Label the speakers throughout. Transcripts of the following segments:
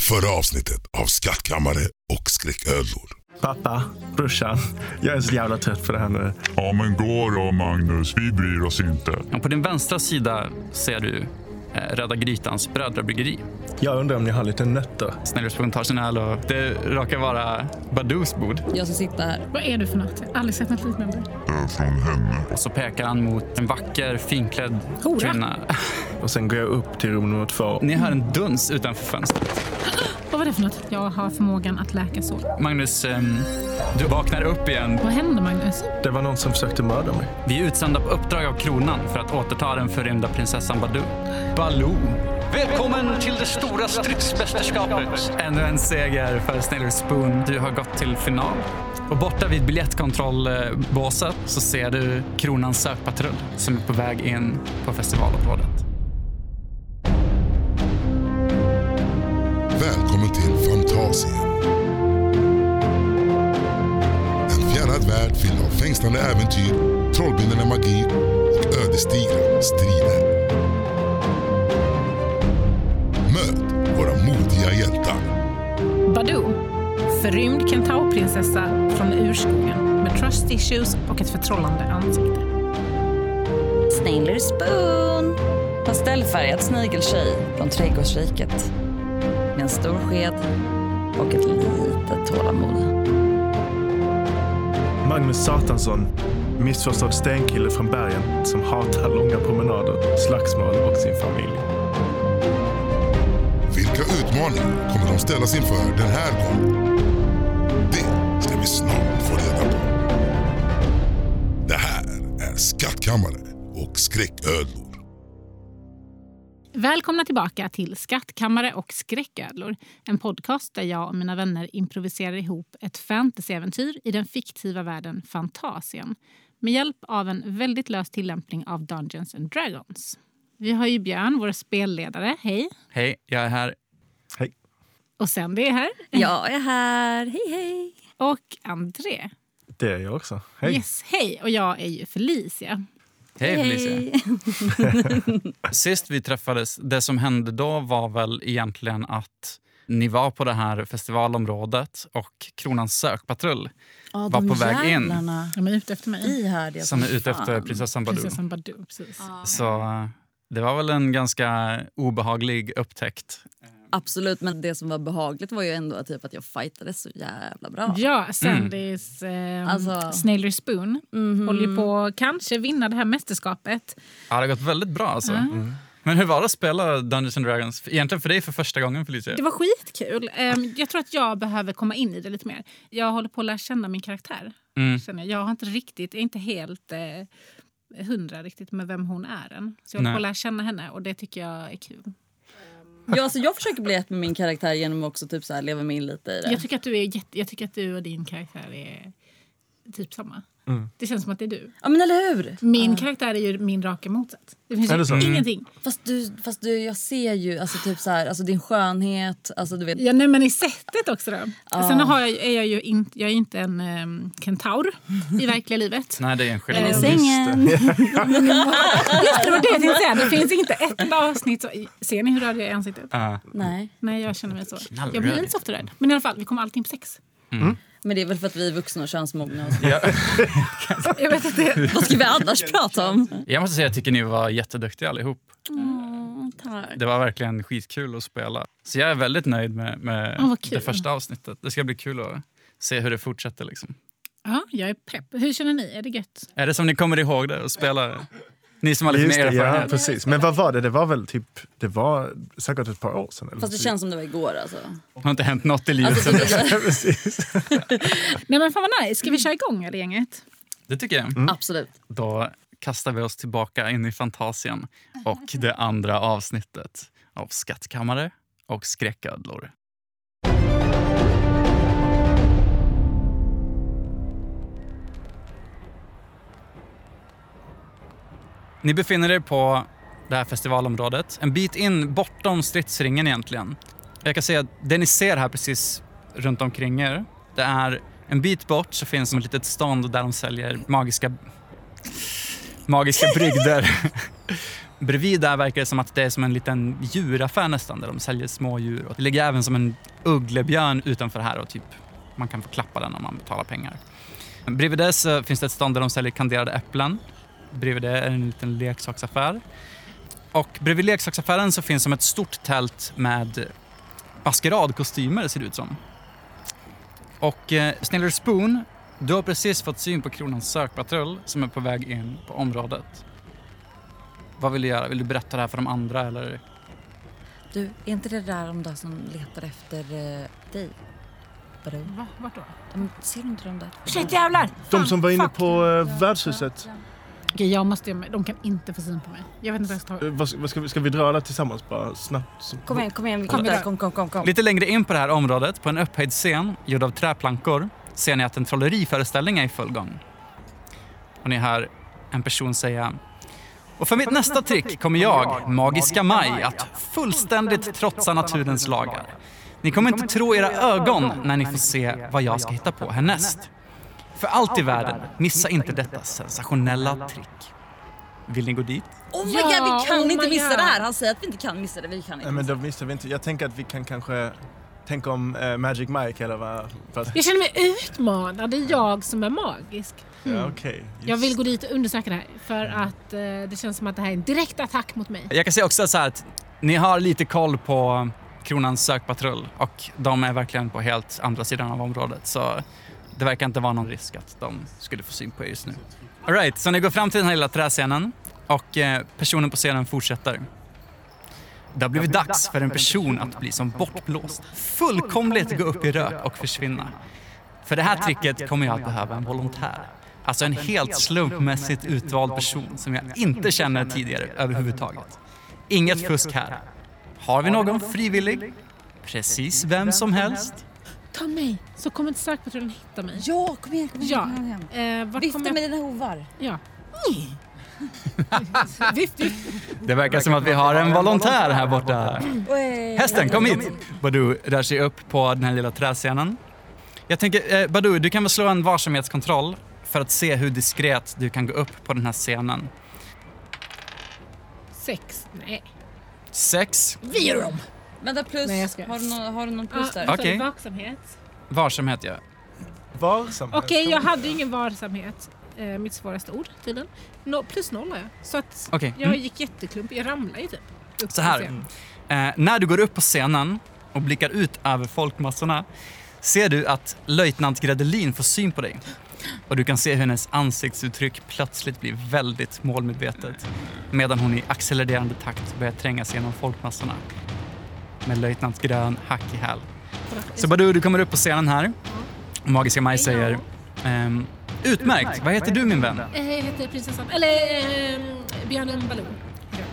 Speaker 1: förra avsnittet av Skattkammare och skräcködlor.
Speaker 2: Pappa, brorsan, jag är så jävla trött på det här nu.
Speaker 3: Ja men gå då Magnus, vi bryr oss inte.
Speaker 4: Ja, På din vänstra sida ser du eh, Röda Grytans brödrabryggeri.
Speaker 2: Jag undrar om ni har lite nötter.
Speaker 4: Snällhuspunkt har sin öl och det råkar vara Badous bord.
Speaker 5: Jag ska sitta här.
Speaker 6: Vad är du för något? Jag har aldrig sett något liknande.
Speaker 3: Eh, Från henne.
Speaker 4: Och så pekar han mot en vacker, finklädd
Speaker 6: Hora.
Speaker 4: kvinna.
Speaker 2: Och sen går jag upp till rum nummer två.
Speaker 4: Ni hör en duns utanför fönstret.
Speaker 6: Vad var det för något? Jag har förmågan att läka så.
Speaker 4: Magnus, ehm, du vaknar upp igen.
Speaker 6: Vad händer Magnus?
Speaker 2: Det var någon som försökte mörda mig.
Speaker 4: Vi är utsända på uppdrag av kronan för att återta den förrymda prinsessan Badoo. Baloo. Välkommen till det stora stridsmästerskapet. Ännu en seger för Snäller Spoon. Du har gått till final. Och borta vid biljettkontrollbåset så ser du kronans sökpatrull som är på väg in på festivalområdet.
Speaker 1: Välkommen till Fantasien. En fjärrad värld fylld av fängslande äventyr, trollbindande magi och ödesdigra strider. Möt våra modiga hjältar.
Speaker 6: Badoo. Förrymd kentaurprinsessa från urskogen med trust issues och ett förtrollande ansikte.
Speaker 5: Snailer Spoon. Pastellfärgad snigeltjej från trädgårdsriket. Med en stor sked och ett litet tålamod.
Speaker 2: Magnus Satansson, missförstådd stenkille från bergen som hatar långa promenader, slagsmål och sin familj.
Speaker 1: Vilka utmaningar kommer de ställas inför den här gången? Det ska vi snart få reda på. Det här är Skattkammare och skräcködlor.
Speaker 6: Välkomna tillbaka till Skattkammare och skräcködlor. En podcast där jag och mina vänner improviserar ihop ett fantasyäventyr i den fiktiva världen Fantasien med hjälp av en väldigt lös tillämpning av Dungeons and Dragons. Vi har ju Björn, vår spelledare. Hej!
Speaker 4: Hej, jag är här.
Speaker 2: Hej.
Speaker 6: Och sen det är här.
Speaker 5: Jag är här. Hej, hej.
Speaker 6: Och André.
Speaker 2: Det är jag också. Hej.
Speaker 6: Yes, hej! Och jag är ju Felicia.
Speaker 4: Hej Felicia. Sist vi träffades, det som hände då var väl egentligen att ni var på det här festivalområdet och Kronans sökpatrull
Speaker 5: Oh,
Speaker 4: Var på väg in.
Speaker 6: De är ute efter mig.
Speaker 5: Ihärdiga
Speaker 4: som är
Speaker 5: som
Speaker 4: ute efter
Speaker 5: fan.
Speaker 4: prinsessan Badoo.
Speaker 6: Prinsessan Badoo, precis.
Speaker 4: Så eh, det var väl en ganska obehaglig upptäkt.
Speaker 5: Absolut, men det som var behagligt var ju ändå typ att jag fightade så jävla bra.
Speaker 4: Mm.
Speaker 6: Ja, Sandys eh,
Speaker 5: Alltså-
Speaker 6: Snailor Spoon håller ju på att kanske vinna det här mästerskapet.
Speaker 4: Ja, det har gått väldigt bra alltså.
Speaker 2: Mm.
Speaker 4: Men hur var det att spela Dungeons and Dragons? Egentligen för dig för första gången Felicia.
Speaker 6: Det var skitkul. Ehm, jag tror att jag behöver komma in i det lite mer. Jag håller på att lära känna min karaktär.
Speaker 4: Mm.
Speaker 6: Känner jag. jag har inte riktigt, är inte helt eh, hundra riktigt med vem hon är än. Så jag håller
Speaker 4: Nej.
Speaker 6: på att lära känna henne och det tycker jag är kul.
Speaker 5: Ja, alltså jag försöker bli ett med min karaktär genom att också typ så här leva mig in lite i det.
Speaker 6: Jag tycker, att du är jätte, jag tycker att du och din karaktär är typ samma.
Speaker 2: Mm.
Speaker 6: Det känns som att det är du.
Speaker 5: Ja, men eller hur?
Speaker 6: Min karaktär är ju min raka motsats. Det finns
Speaker 2: Är det
Speaker 6: ju
Speaker 2: så? Mm.
Speaker 6: ingenting.
Speaker 5: Fast, du, fast du, jag ser ju alltså typ så här, alltså din skönhet, alltså du vet.
Speaker 6: Ja, nej, men i sättet också då. Sen har jag, är jag ju in, jag är ju inte en um, kentaur i verkliga livet.
Speaker 4: Nej, det är en
Speaker 6: Eh,
Speaker 4: skillnad.
Speaker 6: sen-
Speaker 5: Sängen.
Speaker 6: Just det, var det jag tänkte säga. Det finns inte ett avsnitt. Så, ser ni hur röd jag är i ansiktet?
Speaker 4: Ja.
Speaker 5: Nej,
Speaker 6: Nej, jag känner mig så.
Speaker 4: Knallröd.
Speaker 6: Jag blir inte så ofta rädd. Men i alla fall, vi kommer alltid in på sex.
Speaker 5: men det är väl för att vi är vuxna och könsmogna. Och så.
Speaker 6: Jag vet inte.
Speaker 5: Vad ska vi annars prata om?
Speaker 4: Jag måste säga jag tycker ni var jätteduktiga allihop. Det var verkligen skitkul att spela. Så jag är väldigt nöjd med, med
Speaker 6: Åh, vad kul.
Speaker 4: det första avsnittet. Det ska bli kul att se hur det fortsätter. Liksom.
Speaker 6: Ja, jag är prepp. Hur känner ni? Är det gött?
Speaker 4: Är det som ni kommer ihåg det och spela? Ni som har lite
Speaker 2: Just
Speaker 4: mer
Speaker 2: det, ja,
Speaker 4: erfarenhet.
Speaker 2: precis. Men vad var det? Det var väl typ, det var säkert ett par år sedan. Eller typ.
Speaker 5: Fast det
Speaker 2: något.
Speaker 5: känns som det var igår alltså.
Speaker 4: Det har inte hänt något i livet
Speaker 5: alltså
Speaker 4: sedan
Speaker 5: typ,
Speaker 4: dess.
Speaker 5: jag-
Speaker 6: Nej, men fan vad nice. Ska vi köra igång eller gänget?
Speaker 4: Det tycker jag.
Speaker 5: absolut.
Speaker 4: Då kastar vi oss tillbaka in i Fantasien och det andra avsnittet av Skattkammare och skräcködlor. Ni befinner er på det här festivalområdet, en bit in bortom stridsringen egentligen. Jag kan säga att det ni ser här precis runt omkring er, det är en bit bort så finns ett litet stånd där de säljer magiska magiska brygder. Bredvid där verkar det som att det är som en liten djuraffär nästan där de säljer smådjur. Och Det ligger även som en ugglebjörn utanför här och typ man kan få klappa den om man betalar pengar. Bredvid det så finns det ett stånd där de säljer kanderade äpplen. Bredvid det är en liten leksaksaffär. Och bredvid leksaksaffären så finns som ett stort tält med maskeradkostymer ser det ut som. Och eh, Sniller Spoon, du har precis fått syn på Kronans sökpatrull som är på väg in på området. Vad vill du göra? Vill du berätta det här för de andra eller?
Speaker 5: Du, är inte det där de där som letar efter eh, dig? Vadå?
Speaker 6: Va? Vart då?
Speaker 5: De, ser du inte de där?
Speaker 6: Shit jävlar!
Speaker 2: De som var inne
Speaker 6: fuck.
Speaker 2: på eh, värdshuset.
Speaker 6: Okej, jag måste... De kan inte få syn på mig. Jag vet inte vad jag ska ta.
Speaker 2: Eh, vad, vad ska, vi, ska vi dra alla tillsammans bara snabbt? Så-
Speaker 5: Kom igen, kom igen, vi
Speaker 6: Kom
Speaker 5: hittar.
Speaker 6: igen.
Speaker 5: Kom, kom, kom, kom.
Speaker 4: Lite längre in på det här området, på en upphöjd scen gjord av träplankor, ser ni att en trolleriföreställning är i full gång. Och ni hör en person säga och för mitt nästa trick kommer jag, Magiska Maj, att fullständigt trotsa naturens lagar. Ni kommer inte tro era ögon när ni får se vad jag ska hitta på härnäst. För allt i världen, missa inte detta sensationella trick. Vill ni gå dit?
Speaker 5: Oh my
Speaker 6: Ja,
Speaker 5: god, vi kan
Speaker 6: oh
Speaker 5: inte
Speaker 6: my
Speaker 5: missa
Speaker 6: god.
Speaker 5: det här! Han säger att vi inte kan missa det, vi kan inte.
Speaker 2: Nej, men då missar vi inte. Jag tänker att vi kan kanske tänka om eh, Magic Mike eller vad... För att,
Speaker 6: Jag känner mig utmanad. Det är jag som är magisk.
Speaker 5: Mm.
Speaker 2: ja, okej.
Speaker 6: Jag vill
Speaker 2: Just-
Speaker 6: gå dit och undersöka det här. För
Speaker 4: Mm.
Speaker 6: att eh, det känns som att det här är en direkt attack mot mig.
Speaker 4: Jag kan säga också så här att ni har lite koll på Kronans sökpatrull och de är verkligen på helt andra sidan av området så det verkar inte vara någon risk att de skulle få syn på er just nu. All right, så ni går fram till den här lilla träscenen och eh, personen på scenen fortsätter. Det har blivit dags för en person att bli som bortblåst, fullkomligt gå upp i rök och försvinna. För det här tricket kommer jag att behöva en volontär. Alltså en helt slumpmässigt utvald person som jag inte känner tidigare överhuvudtaget. Inget fusk här. Har vi någon frivillig? Precis vem som helst.
Speaker 6: Ta mig! Så kommer inte sökpatrullen hitta mig.
Speaker 5: Ja, kom igen, kom igen.
Speaker 6: Ja.
Speaker 5: Kom igen, kom igen.
Speaker 6: Eh, vart
Speaker 5: Vifta
Speaker 6: kommer
Speaker 5: med
Speaker 6: jag...
Speaker 5: dina hovar.
Speaker 6: Ja. vift, vift.
Speaker 4: Det verkar som att vi har en volontär här borta.
Speaker 5: Oj.
Speaker 4: Hästen, kom hit! Badoo rör sig upp på den här lilla träscenen. Jag tänker, eh, Badoo, du kan väl slå en varsamhetskontroll för att se hur diskret du kan gå upp på den här scenen.
Speaker 6: Sex. Nej.
Speaker 4: Sex.
Speaker 6: Vi är dem!
Speaker 5: Vänta, plus.
Speaker 6: Nej, jag ska-
Speaker 5: har, du någon, har du någon plus där?
Speaker 6: Ah,
Speaker 4: Okej.
Speaker 6: Vaksamhet.
Speaker 4: Varsamhet, ja.
Speaker 2: Varsam.
Speaker 6: Okej, jag hade ingen varsamhet. Eh, mitt svåraste ord tydligen. No, plus noll har jag. Så att
Speaker 4: Okej.
Speaker 6: jag
Speaker 4: Mm.
Speaker 6: gick jätteklump. Jag ramlade ju typ. upp
Speaker 4: Så här.
Speaker 6: på scenen.
Speaker 4: Eh, när du går upp på scenen och blickar ut över folkmassorna ser du att löjtnant Gredelin får syn på dig. Och du kan se hur hennes ansiktsuttryck plötsligt blir väldigt målmedvetet medan hon i accelererande takt börjar tränga sig genom folkmassorna med löjtnant Grön hack i häl. Så Badoo, du kommer upp på scenen här. Magiska Maj säger ehm, Utmärkt! Vad heter du min vän?
Speaker 6: Eh, jag heter prinsessan, eller eh, björnen Baloo.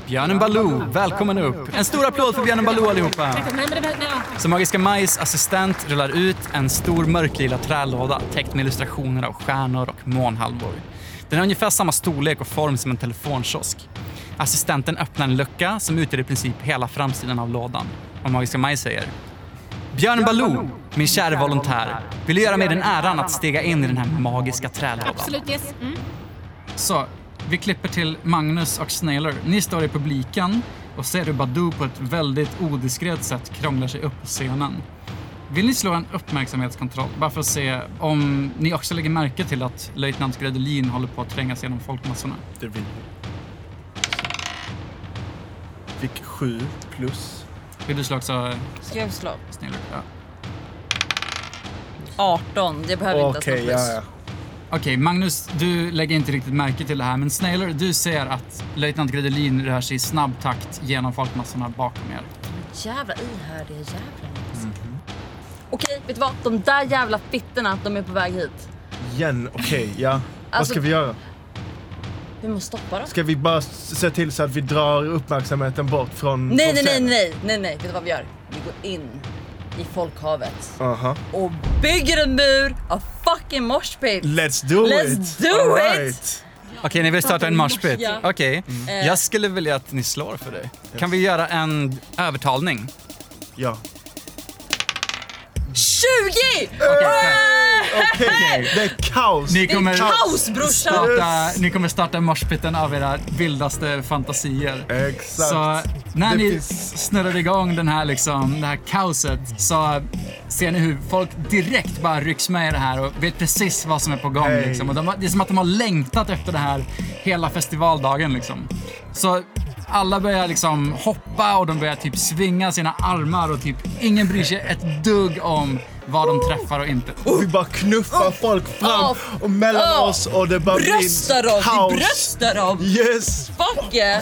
Speaker 4: Björnen Baloo, välkommen upp! En stor applåd för Björnen Baloo allihopa!
Speaker 6: Nej, men det var... Nej, ah.
Speaker 4: Så Magiska Majs assistent rullar ut en stor mörklila trälåda täckt med illustrationer av stjärnor och månhalvor. Den har ungefär samma storlek och form som en telefonkiosk. Assistenten öppnar en lucka som utgör i princip hela framsidan av lådan. Och Magiska Maj säger Björn Baloo, min kära volontär, vill du göra mig den äran att stega in i den här magiska trälådan?
Speaker 6: Absolut, yes. Mm.
Speaker 4: Så, vi klipper till Magnus och Snailer. Ni står i publiken och ser hur Badoo på ett väldigt odiskret sätt krånglar sig upp på scenen. Vill ni slå en uppmärksamhetskontroll? Bara för att se om ni också lägger märke till att löjtnant Gredelin håller på att trängas genom folkmassorna.
Speaker 2: Det vill vi. Fick sju plus.
Speaker 4: Vill du slå också,
Speaker 5: Ska jag slå?
Speaker 4: Snailer? Ja.
Speaker 5: 18, jag behöver inte ens någon plus.
Speaker 4: Okej, Magnus, du lägger inte riktigt märke till det här, men Snailer, du ser att löjtnant Gredelin rör sig i snabb takt genom folkmassorna bakom er.
Speaker 5: Jävla ihärdiga jävlar. Mm. Okej, vet du vad? De där jävla fittorna, de är på väg hit.
Speaker 2: Igen, okej, ja. Vad
Speaker 5: Alltså-
Speaker 2: ska vi göra?
Speaker 5: Vi måste stoppa dem.
Speaker 2: Ska vi bara s- se till så att vi drar uppmärksamheten bort från... från
Speaker 5: Nej, nej, nej,
Speaker 2: scenen?
Speaker 5: nej, nej, nej. Vet du vad vi gör? Vi går in i folkhavet
Speaker 2: Aha.
Speaker 5: och bygger en mur av fucking moshpit.
Speaker 2: Let's do
Speaker 5: Let's
Speaker 2: it!
Speaker 5: do
Speaker 2: All
Speaker 5: it!
Speaker 2: right.
Speaker 4: Okej, ni vill starta en marschpit?
Speaker 5: Ja.
Speaker 4: Okej.
Speaker 5: Eh.
Speaker 4: Jag skulle vilja att ni slår för det. Kan vi göra en övertalning?
Speaker 2: Ja.
Speaker 5: 20!
Speaker 4: Okej, fem.
Speaker 7: Okej, det är kaos.
Speaker 4: Ni
Speaker 5: Det är
Speaker 4: kommer
Speaker 5: kaos brorsan!
Speaker 4: starta, ni kommer starta moshpiten av era vildaste fantasier.
Speaker 7: Exakt.
Speaker 4: Så när
Speaker 7: Det
Speaker 4: ni
Speaker 7: finns-
Speaker 4: snurrar igång den här, liksom, det här kaoset så ser ni hur folk direkt bara rycks med i det här och vet precis vad som är på gång.
Speaker 7: Hej.
Speaker 4: Liksom. Och de, har- det är som att de har längtat efter det här hela festivaldagen. Liksom. Så alla börjar liksom hoppa och de börjar typ svinga sina armar och typ ingen bryr sig ett dugg om vad de träffar och inte.
Speaker 7: Vi bara knuffar folk fram
Speaker 5: Åh.
Speaker 7: och mellan
Speaker 5: Åh.
Speaker 7: oss och det bara
Speaker 5: Brösta
Speaker 7: blir
Speaker 5: dem!
Speaker 7: kaos.
Speaker 5: Vi bröstar dem!
Speaker 7: Yes!
Speaker 5: Fuck yeah!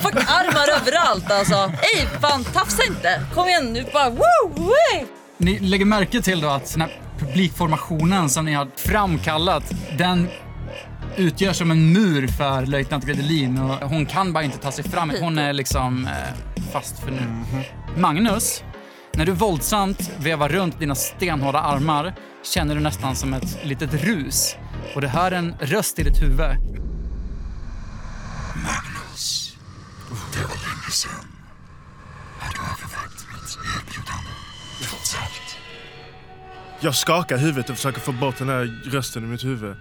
Speaker 5: Fuck armar överallt alltså. Ey fan tafsa inte! Kom igen nu bara woo! Way.
Speaker 4: Ni lägger märke till då att den här publikformationen som ni har framkallat, den utgör som en mur för löjtnant Gredelin och hon kan bara inte ta sig fram. Hon är liksom eh, fast för nu. Magnus, när du våldsamt vevar runt dina stenhårda armar känner du nästan som ett litet rus och du hör en röst i ditt huvud.
Speaker 2: Jag skakar huvudet och försöker få bort den här rösten i mitt huvud.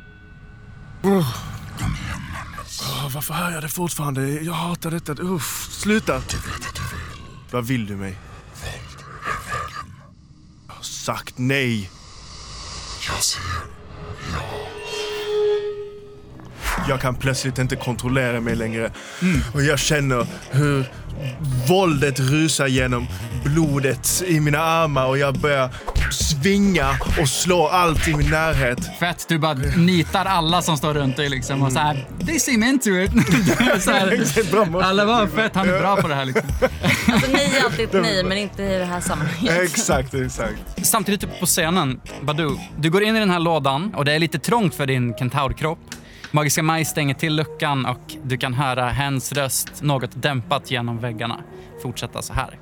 Speaker 2: Oh, varför hör jag det fortfarande? Jag hatar detta. Uff, sluta! Vad vill du mig? Jag har sagt nej. Jag kan plötsligt inte kontrollera mig längre. Mm. Och jag känner hur våldet rusar genom blodet i mina armar och jag börjar svinga och slå allt i min närhet.
Speaker 4: Fett, du bara nitar alla som står runt dig liksom och så här, they seem into it. så här, alla bara, fett, han är bra på det här liksom.
Speaker 5: Alltså nej är alltid ett nej men inte i det här sammanhanget.
Speaker 7: Exakt, exakt.
Speaker 4: Samtidigt uppe på scenen, Badoo, du går in i den här lådan och det är lite trångt för din kentaurkropp. Magiska Maj stänger till luckan och du kan höra hens röst något dämpat genom väggarna. Fortsätta så här.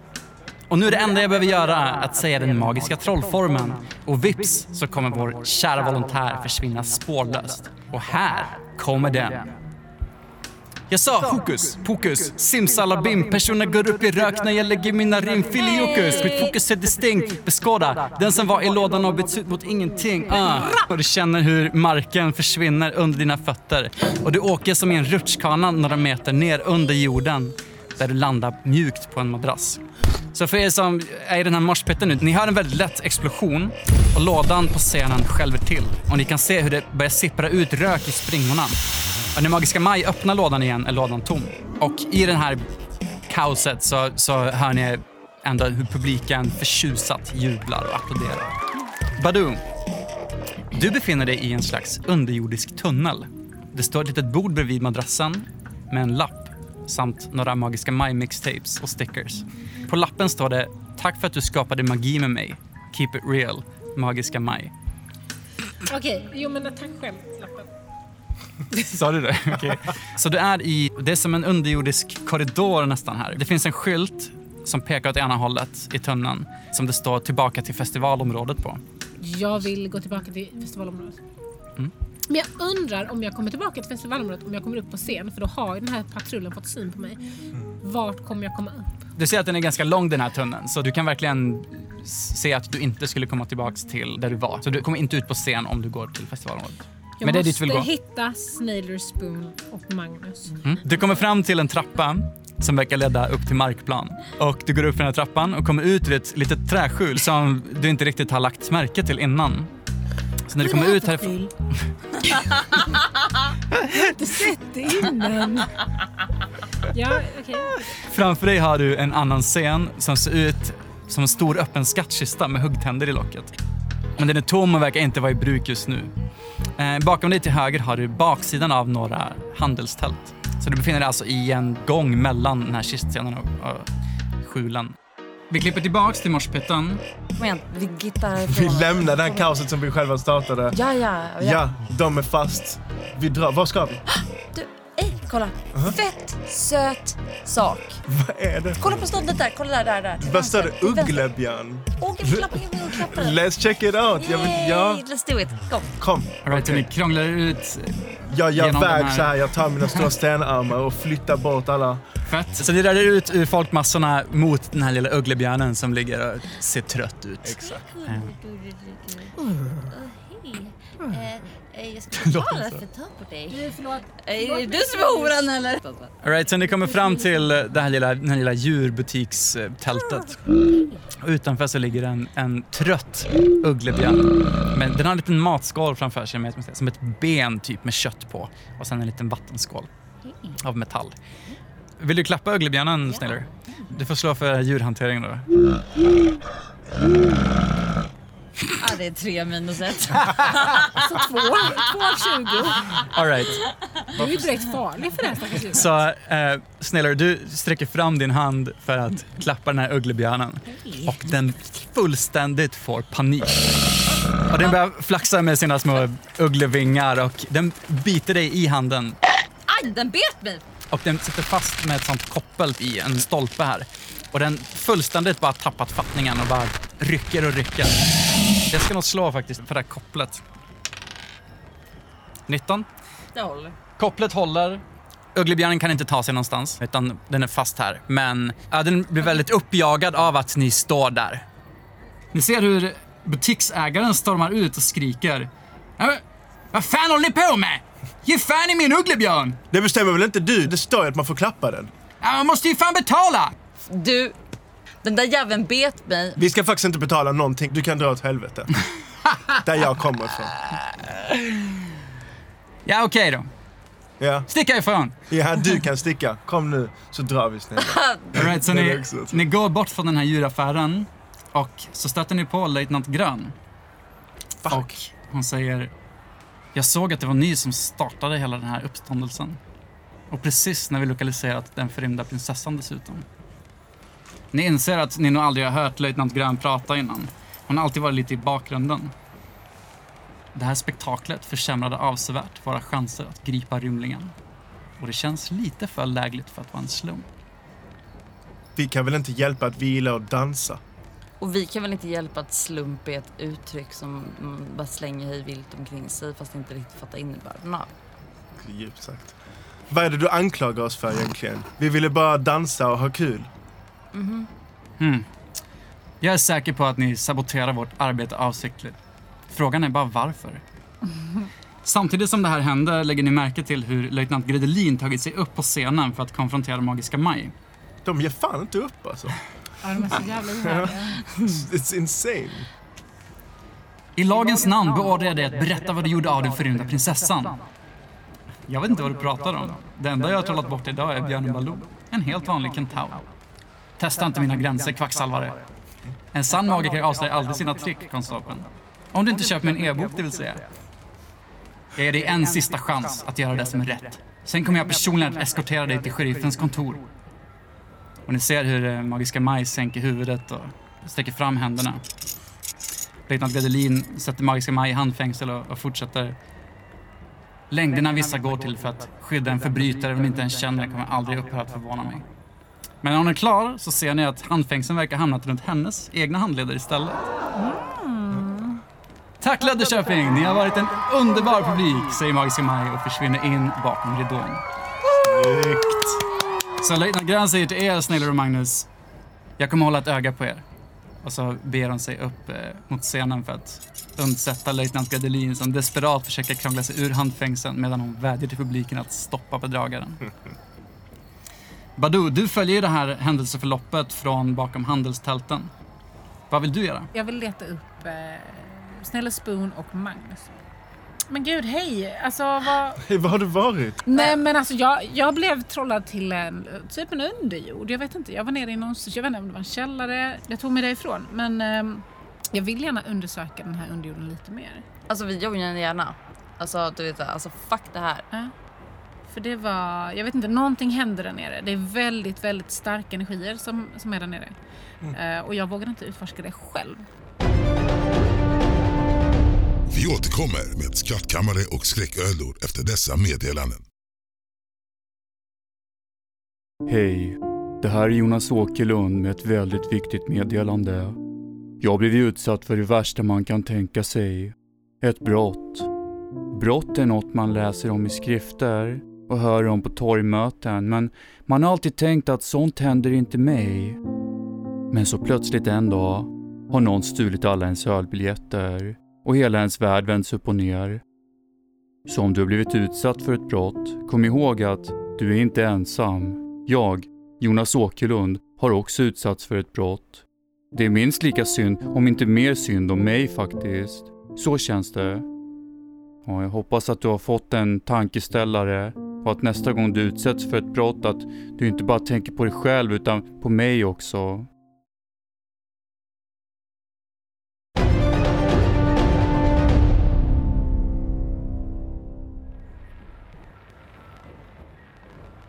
Speaker 4: Och nu är det enda jag behöver göra att säga den magiska trollformen och vips så kommer vår kära volontär försvinna spårlöst. Och här kommer den. Jag sa hokus pokus, simsalabim, personer går upp i rök när jag lägger mina rim. Filiokus, mitt fokus är distinkt. Beskåda, den som var i lådan har bytts ut mot ingenting. Ah. Och du känner hur marken försvinner under dina fötter. Och du åker som i en rutschkana några meter ner under jorden. Där du landar mjukt på en madrass. Så för er som är i den här morspitten nu, ni hör en väldigt lätt explosion och lådan på scenen skälver till. Och ni kan se hur det börjar sippra ut rök i springorna. Och när Magiska Maj öppnar lådan igen är lådan tom. Och i den här kaoset så, så hör ni ändå hur publiken förtjusat jublar och applåderar. Badoo, du befinner dig i en slags underjordisk tunnel. Det står ett litet bord bredvid madrassen med en lapp samt några magiska My mixtapes och stickers. På lappen står det “Tack för att du skapade magi med mig. Keep it real. Magiska Maj”.
Speaker 6: Okej, jo men tack själv. lappen.
Speaker 4: Sa du det? Okej. Så du är i, det är som en underjordisk korridor nästan här. Det finns en skylt som pekar åt ena hållet i tunneln som det står tillbaka till festivalområdet på.
Speaker 6: Jag vill gå tillbaka till festivalområdet.
Speaker 4: Mm.
Speaker 6: Men jag undrar om jag kommer tillbaka till festivalområdet om jag kommer upp på scen för då har ju den här patrullen fått syn på mig. Vart kommer jag komma upp?
Speaker 4: Du ser att den är ganska lång den här tunneln så du kan verkligen se att du inte skulle komma tillbaks till där du var. Så du kommer inte ut på scen om du går till festivalområdet.
Speaker 6: Jag
Speaker 4: Men det är dit
Speaker 6: måste
Speaker 4: du vill gå.
Speaker 6: hitta Snailer Spoon och Magnus.
Speaker 4: Mm. Du kommer fram till en trappa som verkar leda upp till markplan. Och du går upp för den här trappan och kommer ut ur ett litet träskjul som du inte riktigt har lagt märke till innan. Så när du kommer ut härifrån...
Speaker 6: Ja, okej.
Speaker 4: Framför dig har du en annan scen som ser ut som en stor öppen skattkista med huggtänder i locket. Men den är tom och verkar inte vara i bruk just nu. Eh, bakom dig till höger har du baksidan av några handelstält. Så du befinner dig alltså i en gång mellan den här kistscenen och, och skjulen. Vi klipper tillbaks till morspitten.
Speaker 5: Kom igen, vi gittar
Speaker 7: Vi
Speaker 5: härifrån.
Speaker 7: lämnar det här kaoset som vi själva startade.
Speaker 5: Ja, ja, ja.
Speaker 7: Ja, de är fast. Vi drar. Var ska vi?
Speaker 5: Du, ey, kolla. Fett söt sak.
Speaker 7: Vad är det?
Speaker 5: Kolla på ståndet där, kolla där, där, där. till
Speaker 7: Vad står det?
Speaker 5: vänster, till vänster.
Speaker 7: Ugglebjörn?
Speaker 5: Åh, gud, klappa in och klappa den.
Speaker 7: Let's check it out! Jag vill, ja,
Speaker 5: Yay, Let's do it. Kom.
Speaker 7: kom.
Speaker 4: All right, så ni krånglar ut
Speaker 8: Jag gör
Speaker 4: Genom den
Speaker 8: väg
Speaker 4: här-
Speaker 8: så här, jag tar mina stora stenarmar och flyttar bort alla.
Speaker 4: Fett.
Speaker 9: Så det rör ut ur folkmassorna mot den här lilla öglebjörnen som ligger och ser trött ut.
Speaker 10: Hej. Eh, Jag ska
Speaker 5: Ah,
Speaker 10: betala
Speaker 7: alltså.
Speaker 10: för att ta på dig. Du, Är det du som är horan eller?
Speaker 9: All right, så ni kommer fram till det här lilla, den här lilla djurbutikstältet. Och utanför så ligger en, en trött ugglebjörn. Men den har en liten matskål framför sig med, som ett ben typ med kött på. Och sen en liten vattenskål av metall. Vill du klappa ugglebjörnen, Sniller? Du får slå för djurhantering då.
Speaker 5: Ah,
Speaker 10: Ja, det är tre minus ett.
Speaker 9: All right.
Speaker 6: Du är ju direkt farlig för det här stackars djuret.
Speaker 9: Så eh, Sniller, du sträcker fram din hand för att klappa den här ugglebjörnen. Och den fullständigt får panik. Och den börjar flaxa med sina små ugglevingar och den biter dig i handen.
Speaker 5: Aj, den bet mig!
Speaker 9: Och den sitter fast med ett sånt koppel i en stolpe här. Och den fullständigt bara tappat fattningen och bara rycker och rycker. Jag ska nog slå faktiskt för det här kopplet. 19?
Speaker 5: Det håller.
Speaker 9: Kopplet håller. Ugglebjörnen kan inte ta sig någonstans, utan den är fast här. Men ja, den blir väldigt uppjagad av att ni står där.
Speaker 4: Ni ser hur butiksägaren stormar ut och skriker. "Ja, men Vad fan håller ni på med? Ge fan i min ugglebjörn!
Speaker 2: Det bestämmer väl inte du? Det står ju att man får klappa den.
Speaker 4: Ja, Man måste ju fan betala!
Speaker 5: Du, den där jäveln bet mig.
Speaker 2: Vi ska faktiskt inte betala någonting. Du kan dra åt helvete. Där jag kommer ifrån.
Speaker 9: Ja, okej då.
Speaker 2: Ja.
Speaker 9: Sticka ifrån!
Speaker 2: ja, du kan sticka. Kom nu, så drar vi snälla.
Speaker 4: All right, så ni,
Speaker 2: också ett-
Speaker 4: ni går bort från den här djuraffären och så stöter ni på löjtnant Grön. Och hon säger Jag såg att det var ni som startade hela den här uppståndelsen. Och precis när vi lokaliserat den förrymda prinsessan dessutom. Ni inser att ni nog aldrig har hört löjtnant Grön prata innan. Hon har alltid varit lite i bakgrunden. Det här spektaklet försämrade avsevärt våra chanser att gripa rymlingen. Och det känns lite för lägligt för att vara en slump.
Speaker 2: Vi kan väl inte hjälpa att vi gillar att dansa?
Speaker 5: Och vi kan väl inte hjälpa att slump är ett uttryck som mm, bara slänger hej vilt omkring sig fast inte riktigt fattar innebörden av.
Speaker 2: Det är Djupt sagt. Vad är det du anklagar oss för egentligen? Vi ville bara dansa och ha kul.
Speaker 4: Jag är säker på att ni saboterar vårt arbete avsiktligt. Frågan är bara varför. Samtidigt som det här händer lägger ni märke till hur löjtnant Gredelin tagit sig upp på scenen för att konfrontera Magiska Maj.
Speaker 2: De ger fan inte upp alltså.
Speaker 6: Ja, de är så jävla ihärdiga.
Speaker 2: It's insane.
Speaker 4: I lagens namn beordrar jag dig att berätta vad du gjorde av den förrymda prinsessan. Jag vet inte vad du pratar om. Det enda jag har trollat bort idag är björnen Baloo. En helt vanlig kentaur. Testa inte mina gränser, kvacksalvare. En sann magiker avslöjar aldrig sina trick, konstapeln. Om du inte köper min e-bok, det vill säga. Jag ger dig en sista chans att göra det som är rätt. Sen kommer jag personligen att eskortera dig till sheriffens kontor. Och ni ser hur eh, Magiska Maj sänker huvudet och sträcker fram händerna. Löjtnant Gredelin sätter Magiska Maj i handfängsel och, och fortsätter. Längderna vissa går till för att skydda en förbrytare de inte ens känner kommer aldrig upphöra att förvåna mig. Men när hon är klar så ser ni att handfängseln verkar hamnat runt hennes egna handleder istället. Mm. Tack Löddeköping! Ni har varit en underbar publik, säger Magiska Maj och försvinner in bakom ridån. Så löjtnant Grön säger till er, Snäller och Magnus, jag kommer hålla ett öga på er. Och så ber hon sig upp eh, mot scenen för att undsätta löjtnant Gredelin som desperat försöker krångla sig ur handfängseln medan hon vädjar till publiken att stoppa bedragaren. Badou, du följer ju det här händelseförloppet från bakom handelstälten. Vad vill du göra?
Speaker 6: Jag vill leta upp eh, Snälla Spoon och Magnus. Men gud, hej! Alltså, vad...
Speaker 2: Hej, var har du varit?
Speaker 6: Nej, men alltså jag, jag blev trollad till en, typ en underjord. Jag vet inte, jag var nere i någon, jag vet inte om det var en källare. Jag tog mig därifrån. Men ehm, jag vill gärna undersöka den här underjorden lite mer.
Speaker 5: Alltså vi joinar gärna. Alltså du vet, alltså fuck det här.
Speaker 6: För det var, jag vet inte, någonting hände där nere. Det är väldigt, väldigt starka energier som, som är där nere. Eh, och jag vågar inte utforska det själv.
Speaker 1: Vi återkommer med skattkammare och skräcködlor efter dessa meddelanden.
Speaker 11: Hej, det här är Jonas Åkerlund med ett väldigt viktigt meddelande. Jag blev utsatt för det värsta man kan tänka sig. Ett brott. brott är något man läser om i skrifter och hör om på torgmöten, men man har alltid tänkt att sånt händer inte mig. Men så plötsligt en dag har någon stulit alla ens ölbiljetter och hela ens värld vänds upp och ner. Så om du har blivit utsatt för ett brott, kom ihåg att du är inte ensam. Jag, Jonas Åkerlund, har också utsatts för ett brott. Det är minst lika synd, om inte mer synd, om mig faktiskt. Så känns det. Ja, jag hoppas att du har fått en tankeställare och att nästa gång du utsätts för ett brott att du inte bara tänker på dig själv utan på mig också.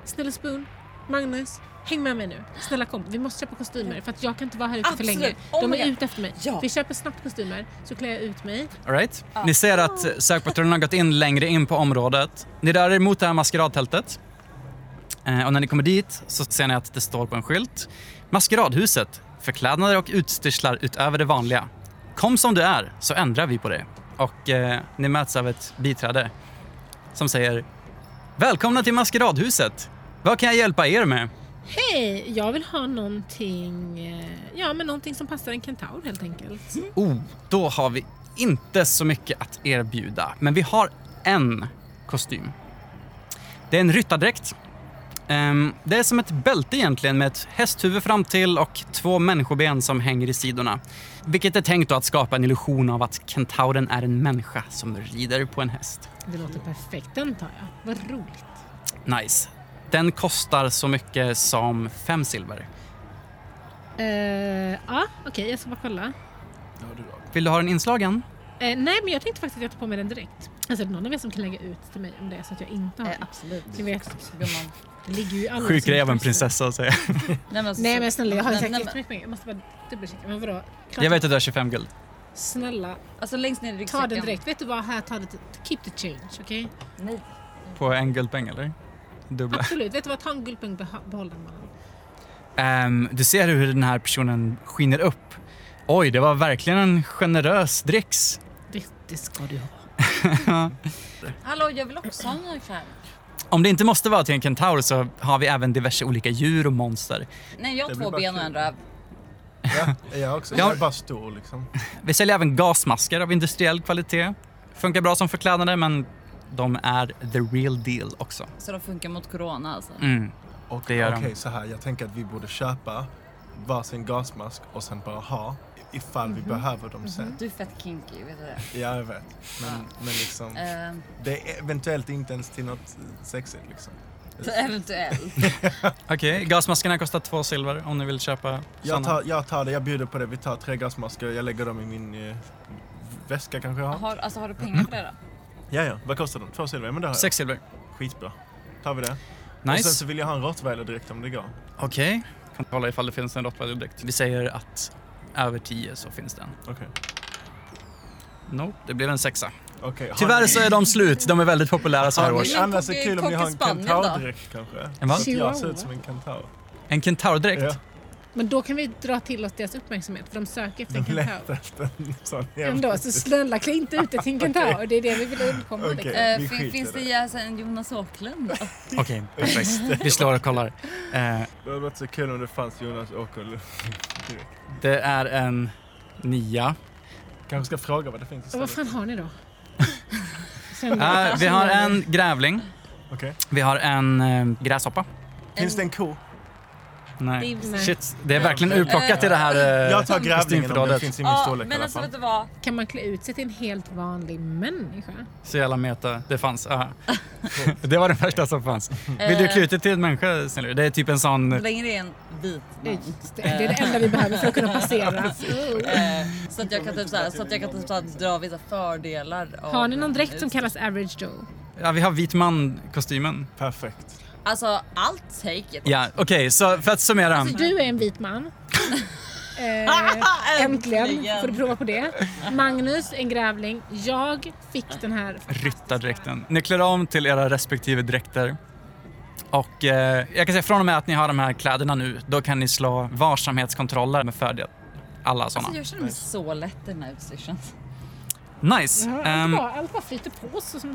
Speaker 6: Snälla Spoon, Magnus, häng med mig nu. Snälla kom, vi måste köpa kostymer för att jag kan inte vara här ute för
Speaker 12: Absolut.
Speaker 6: länge.
Speaker 12: Oh
Speaker 6: De
Speaker 12: my
Speaker 6: är
Speaker 12: God.
Speaker 6: ute efter mig.
Speaker 12: Ja.
Speaker 6: Vi köper snabbt kostymer så klär jag ut mig.
Speaker 4: All right. Ni ser att eh, sökpatrullen har gått in längre in på området. Ni rör er mot det här maskeradtältet. Eh, Och när ni kommer dit så ser ni att det står på en skylt. Maskeradhuset. Förklädnader och utstyrslar utöver det vanliga. Kom som du är, så ändrar vi på det. Och eh, ni möts av ett biträde som säger Välkomna till maskeradhuset. Vad kan jag hjälpa er med?
Speaker 6: Hej, jag vill ha någonting, eh, ja, men någonting som passar en kentaur helt enkelt.
Speaker 4: Oh, då har vi inte så mycket att erbjuda. Men vi har en kostym. Det är en ryttardräkt. Ehm, det är som ett bälte egentligen med ett hästhuvud fram till och två människoben som hänger i sidorna. Vilket är tänkt då att skapa en illusion av att kentauren är en människa som rider på en häst.
Speaker 6: Det låter perfekt, den tar jag. Vad roligt.
Speaker 4: Nice. Den kostar så mycket som fem silver.
Speaker 6: Eh, ja, okej, jag ska bara kolla.
Speaker 4: Vill du ha den inslagen?
Speaker 6: Eh, nej, men jag tänkte faktiskt att jag tar på mig den direkt. Alltså, är det någon av er som kan lägga ut till mig om det är så att jag inte har
Speaker 5: Eh,
Speaker 6: den?
Speaker 5: absolut.
Speaker 6: Ni vet, det ligger ju i alla
Speaker 4: Sjuk grej av en
Speaker 6: som-
Speaker 4: prinsessa att säga.
Speaker 5: Nej men, alltså,
Speaker 6: Nej men snälla, jag har
Speaker 5: Nej,
Speaker 6: säkert
Speaker 5: nej, men-
Speaker 6: jättemycket pengar. Jag måste bara dubbelchecka. Men vadå? Klart,
Speaker 4: Jag vet att du har 25 guld.
Speaker 6: Snälla,
Speaker 5: Alltså längst ner i ryggsäcken.
Speaker 6: ta den direkt. Vet du vad? Här, ta det. Keep the change, okej?
Speaker 5: Nej.
Speaker 4: På en guldpeng eller? Dubbla.
Speaker 6: Absolut. Vet du vad? Ta en guldpeng beha- behåll den mannen.
Speaker 4: Ehm, du ser hur den här personen skiner upp. Oj, det var verkligen en generös dricks.
Speaker 6: Det, det ska du ha.
Speaker 5: Hallå, jag vill också ha en ny skärm.
Speaker 4: Om det inte måste vara till en kentaur så har vi även diverse olika djur och monster.
Speaker 5: Nej, jag har
Speaker 2: Det blir
Speaker 5: två
Speaker 2: bara
Speaker 5: ben och en
Speaker 2: kul.
Speaker 5: röv.
Speaker 2: Ja, jag också.
Speaker 4: Ja.
Speaker 2: Jag är bara stor liksom.
Speaker 4: Vi säljer även gasmasker av industriell kvalitet. Funkar bra som förklädnader men de är the real deal också.
Speaker 5: Så de funkar mot corona alltså.
Speaker 4: Mm.
Speaker 2: Och,
Speaker 4: Det gör de.
Speaker 2: Okej, så här. Jag tänker att vi borde köpa varsin gasmask och sen bara ha ifall
Speaker 4: Mhm.
Speaker 2: vi behöver dem sen.
Speaker 5: Du är fett kinky, vet du det?
Speaker 2: Ja, jag vet. Men, men liksom,
Speaker 5: Eh,
Speaker 2: det är eventuellt inte ens till något sexigt liksom.
Speaker 5: så eventuellt.
Speaker 4: Okej, gasmaskerna kostar två silver om ni vill köpa
Speaker 2: Jag
Speaker 4: såna.
Speaker 2: tar, jag tar det, jag bjuder på det. Vi tar tre gasmasker, jag lägger dem i min eh, väska kanske jag har.
Speaker 5: Har, alltså, har du pengar för det då?
Speaker 2: Ja, ja. Vad kostar de? Två silver? Ja, men det har
Speaker 4: Sex silver.
Speaker 2: jag. Skitbra. Tar vi det. Och sen så
Speaker 4: Nice.
Speaker 2: vill jag ha en rottweiler direkt om det går.
Speaker 4: Okej. Kan kolla ifall det finns en rottweilerdräkt. Vi säger att över tio så finns den.
Speaker 2: Okej.
Speaker 4: No, det blev en sexa.
Speaker 2: Okej, har
Speaker 4: Tyvärr
Speaker 2: ni-
Speaker 4: så är de slut. De är väldigt populära så här
Speaker 2: har ni-
Speaker 4: års.
Speaker 5: Ingen
Speaker 2: Annars är det
Speaker 5: kock-
Speaker 2: kul om ni har en
Speaker 5: kock i Spanien då?
Speaker 2: kentaurdräkt kanske.
Speaker 4: En vad?
Speaker 2: Så att jag ser
Speaker 6: Chihuahua.
Speaker 2: ut som en kentaur.
Speaker 4: En kentaurdräkt?
Speaker 2: Ja,
Speaker 6: Men då kan vi dra till oss deras uppmärksamhet för de söker efter en
Speaker 2: de letar
Speaker 6: kentaur.
Speaker 2: efter en sån jävla...
Speaker 6: Ändå, så snälla klä inte ut dig till en kentaur. Det är det vi vill undkomma.
Speaker 2: Okej.
Speaker 6: liksom.
Speaker 5: Eh,
Speaker 2: vi skiter
Speaker 5: fin, finns
Speaker 2: i
Speaker 5: det alltså, en Jonas Åkerlund då?
Speaker 4: Okej, perfekt. Vi slår och kollar. Eh,
Speaker 2: Det hade varit så kul om det fanns Jonas Åkerlund.
Speaker 4: det är en nia.
Speaker 2: Kanske ska fråga vad det finns
Speaker 6: Och
Speaker 2: istället.
Speaker 6: vad fan har ni då? Sen-
Speaker 4: Eh, vi har en grävling.
Speaker 2: Okej.
Speaker 4: Vi har en eh, gräshoppa.
Speaker 2: Finns det en ko?
Speaker 4: Nej.
Speaker 6: Nej.
Speaker 4: Shit, det är verkligen urplockat i det här eh,
Speaker 2: Jag tar grävlingen om den
Speaker 4: kostymförrådet.
Speaker 2: finns i min storlek i
Speaker 5: men
Speaker 2: alla
Speaker 5: alltså
Speaker 2: fall.
Speaker 5: vet du vad?
Speaker 6: Kan man klä ut sig till en helt vanlig människa?
Speaker 4: Så jävla meta. Det fanns. aha. det var den första som fanns. Vill du
Speaker 5: Eh.
Speaker 4: kluta till en människa snälla? Det är typ en sån...
Speaker 5: Längre är en vit man.
Speaker 6: Just det, det är det enda vi behöver för att kunna passera. Oh.
Speaker 5: Eh, så att jag kan typ såhär, så att jag kan typ såhär, dra vissa fördelar. av-
Speaker 6: Har ni någon dräkt som kallas average Joe?
Speaker 4: Ja, vi har vit man-kostymen.
Speaker 2: Perfekt.
Speaker 5: Alltså allt take it.
Speaker 6: Eh,
Speaker 4: Ja, okej, så för att summera.
Speaker 6: Du är en vit man. Eh, äntligen får du prova på det. Magnus, en grävling. Jag fick den här.
Speaker 4: ryttardräkten. Ni klär om till era respektive dräkter. Och eh, jag kan säga från och med att ni har de här kläderna nu, då kan ni slå varsamhetskontroller med fördel. Alla sådana.
Speaker 5: Alltså, jag känner mig så lätt i den här utstyrseln.
Speaker 4: Nice.
Speaker 13: Ja,
Speaker 4: Ehm,
Speaker 13: allt, bara, allt bara flyter på så som...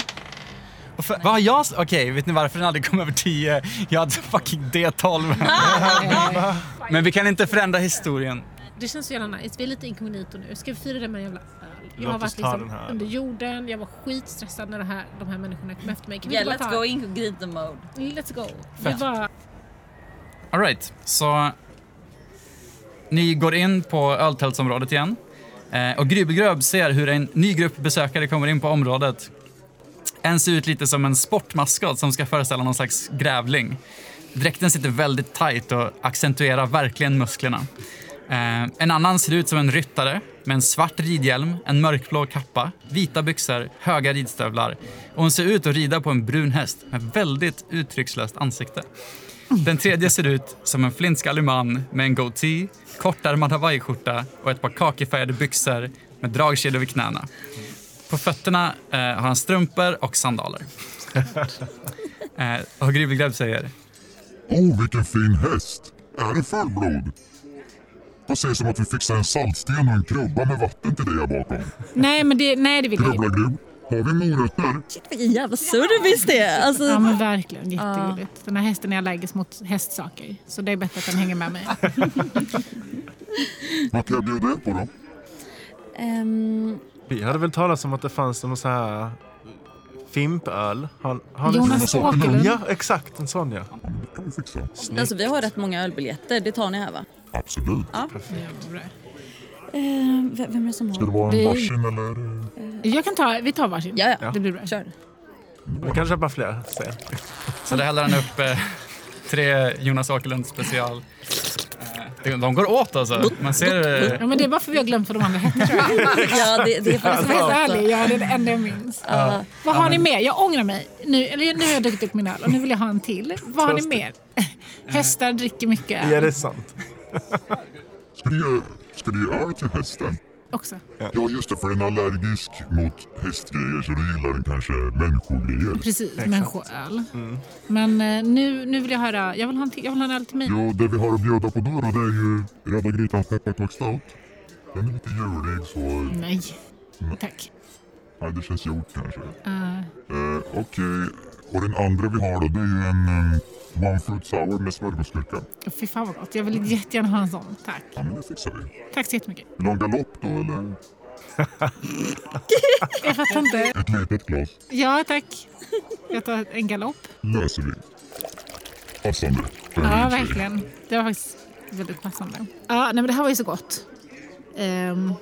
Speaker 4: och för, vad har jag... s- Okej, vet ni varför den aldrig kom över 10? Jag hade fucking D12. Men vi kan inte förändra historien.
Speaker 13: Det känns så jävla nice. Vi är lite inkognito nu. Ska vi fira det med en jävla öl? Jag
Speaker 4: Låt
Speaker 13: har
Speaker 4: oss
Speaker 13: varit
Speaker 4: ta den
Speaker 13: liksom
Speaker 4: här.
Speaker 13: under jorden. Jag var skitstressad när det här, de här människorna kom efter mig. Kan vi
Speaker 14: Yeah,
Speaker 13: inte bara
Speaker 14: let's
Speaker 13: ta...
Speaker 14: go incognito mode.
Speaker 13: Let's go. Vi
Speaker 4: Fett.
Speaker 13: bara...
Speaker 4: All right, så ni går in på öltältsområdet igen. Eh, Och Grybelgröb ser hur en ny grupp besökare kommer in på området. En ser ut lite som en sportmaskot som ska föreställa någon slags grävling. Dräkten sitter väldigt tajt och accentuerar verkligen musklerna. Eh, En annan ser ut som en ryttare med en svart ridhjälm, en mörkblå kappa, vita byxor, höga ridstövlar. Och hon ser ut att rida på en brun häst med väldigt uttryckslöst ansikte. Den tredje ser ut som en flintskallig man med en goatee, kortärmad hawaiiskjorta och ett par kakifärgade byxor med dragkedjor vid knäna. På fötterna eh, har han strumpor och sandaler. eh, och Grybelgräbb säger
Speaker 15: Oh, vilken fin häst! Är det fullblod? Vad sägs om att vi fixar en saltsten och en krubba med vatten till dig här bakom?
Speaker 6: Nej, men det, nej, det vill
Speaker 13: Mm.
Speaker 6: jag inte.
Speaker 15: Grubbla grubb. Har vi morötter?
Speaker 6: Vilken jävla service det är!
Speaker 5: Alltså,
Speaker 6: Ja men verkligen, jättegulligt. Den här hästen är allergisk mot hästsaker så det är bättre att den hänger med mig.
Speaker 15: Vad kan jag bjuda er på då?
Speaker 5: ehm,
Speaker 15: Mm.
Speaker 2: Vi hade väl talat om att det fanns någon så här eh, fimpöl. Han, han,
Speaker 5: Jonas Åkerlund.
Speaker 2: Mm. Ja, exakt. En sån ja. Snyggt.
Speaker 5: Alltså, vi har rätt många ölbiljetter. Det tar ni här va?
Speaker 15: Absolut.
Speaker 5: Ja.
Speaker 6: vem är det som
Speaker 15: Ska det vara en varsin eller?
Speaker 6: Jag kan ta, vi tar varsin. Ja,
Speaker 4: Ja.
Speaker 6: Det blir bra. Kör.
Speaker 2: Vi kan köpa fler sen.
Speaker 4: Så där häller han upp eh, tre Jonas Åkerlund special. Eh, de- de går åt alltså. Man ser... Eh,
Speaker 6: Ja, men det är bara för vi har glömt vad de andra hette tror jag.
Speaker 5: Ja, det- det är faktiskt
Speaker 6: Jag
Speaker 5: sant.
Speaker 6: helt ärlig, jag är den enda jag minns.
Speaker 5: Ja.
Speaker 6: Vad
Speaker 5: Ja,
Speaker 6: har ni
Speaker 5: men-
Speaker 6: mer? Jag ångrar mig. Nu, eller, nu har jag druckit upp min öl och nu vill jag ha en till. Vad har ni mer? Hästar dricker mycket öl.
Speaker 2: Ja, det är sant.
Speaker 15: Ska du ge, ska du ge öl till hästen?
Speaker 6: Också.
Speaker 15: Ja, just det. För den är allergisk mot hästgrejer så då gillar den kanske människogrejer.
Speaker 6: Precis, människoöl. Men eh, nu, nu vill jag höra, jag vill ha en, till, jag vill ha en öl till mig.
Speaker 15: Ja, det vi har att bjuda på då, då det är ju Rädda Grytans pepparkaksstout. Den är lite julig så...
Speaker 6: Nej. Tack.
Speaker 15: Nej, det känns gjort kanske.
Speaker 6: Eh,
Speaker 15: Eh, Okej, och den andra vi har då det är ju en um, One Fruit Sour med smörgåsgurka.
Speaker 6: fy fan vad gott, jag vill jättegärna ha en sån. Tack.
Speaker 15: Ja, men det fixar vi.
Speaker 6: Tack så jättemycket.
Speaker 15: Vill du ha en galopp då eller?
Speaker 6: Jag fattar inte.
Speaker 15: Ett litet glas
Speaker 6: Ja, tack. Jag tar en galopp.
Speaker 15: löser vi. Passande.
Speaker 6: Ja, verkligen. Det var faktiskt väldigt passande. Ja, nej, men det här var ju så gott. Ehm,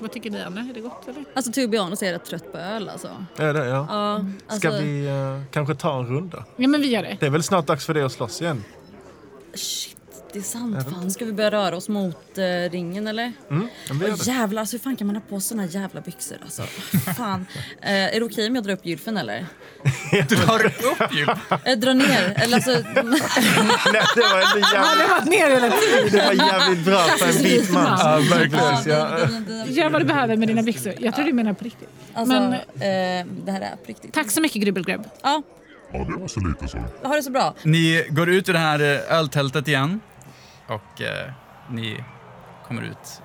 Speaker 6: vad tycker ni andra? Är det gott eller?
Speaker 5: Alltså to be honest är jag rätt trött på öl alltså.
Speaker 2: Är det, ja.
Speaker 5: Ja,
Speaker 2: Ska
Speaker 5: alltså-
Speaker 2: vi eh, kanske ta en runda?
Speaker 6: Ja, men vi gör det.
Speaker 2: Det är väl snart dags för dig att slåss igen?
Speaker 5: Det är sant
Speaker 2: Jag vet
Speaker 5: fan. Ska vi börja röra oss mot eh, ringen eller?
Speaker 2: Mm, men vi gör
Speaker 5: Åh
Speaker 2: det.
Speaker 5: jävlar, alltså, hur fan kan man ha på såna jävla byxor alltså? fan. Eh, är det okej om jag drar upp gylfen eller?
Speaker 4: Drar upp gylfen?
Speaker 5: Jag drar ner, eller alltså...
Speaker 2: Nej, det var en
Speaker 6: Han har varit ner hela tiden.
Speaker 2: Det var jävligt bra för en vit man.
Speaker 6: Ja,
Speaker 2: verkligen. Ja.
Speaker 6: Gör vad du behöver med dina byxor. Jag tror du menar på riktigt.
Speaker 5: Alltså,
Speaker 6: men,
Speaker 5: det här är på riktigt.
Speaker 6: Tack så mycket Grubbelgrubb.
Speaker 5: Ja,
Speaker 15: Ja, det var så lite så.
Speaker 5: ha det så bra.
Speaker 4: Ni går ut ur det här eh, öltältet igen och eh, ni kommer ut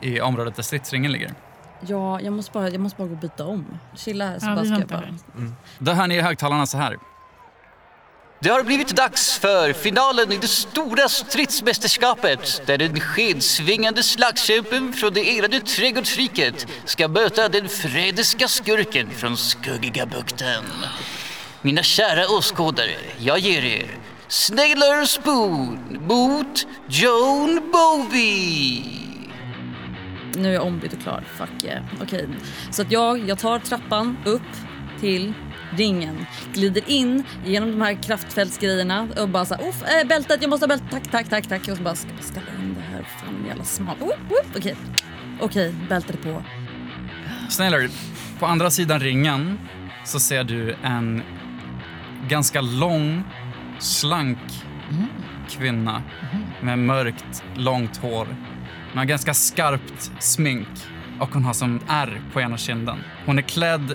Speaker 4: eh, i området där stridsringen ligger.
Speaker 5: Ja, jag måste bara, jag måste bara gå och byta om. Chilla här så
Speaker 6: Ja,
Speaker 5: bara
Speaker 6: vi
Speaker 5: ska jag
Speaker 6: väntar
Speaker 5: bara...
Speaker 4: Då hör ni i högtalarna så här.
Speaker 16: Det har blivit dags för finalen i det stora stridsmästerskapet där den skedsvingande slagskämpen från det elade trädgårdsriket ska möta den frädiska skurken från Skuggiga bukten. Mina kära åskådare, jag ger er Snailer Spoon mot Joan Bovey.
Speaker 5: Nu är jag ombytt och klar. Fuck yeah. Okej. Så att jag, jag tar trappan upp till ringen. Glider in genom de här kraftfältsgrejerna och bara såhär off, äh, bältet, jag måste ha bältet, tack, tack, tack, tack. Och så bara ska jag ställa in det här, fan jävla smal. Woop, woop. Okej, okej, bältet är på.
Speaker 4: Snailer, på andra sidan ringen så ser du en ganska lång, slank kvinna med mörkt, långt hår. Hon har ganska skarpt smink och hon har som ärr på ena kinden. Hon är klädd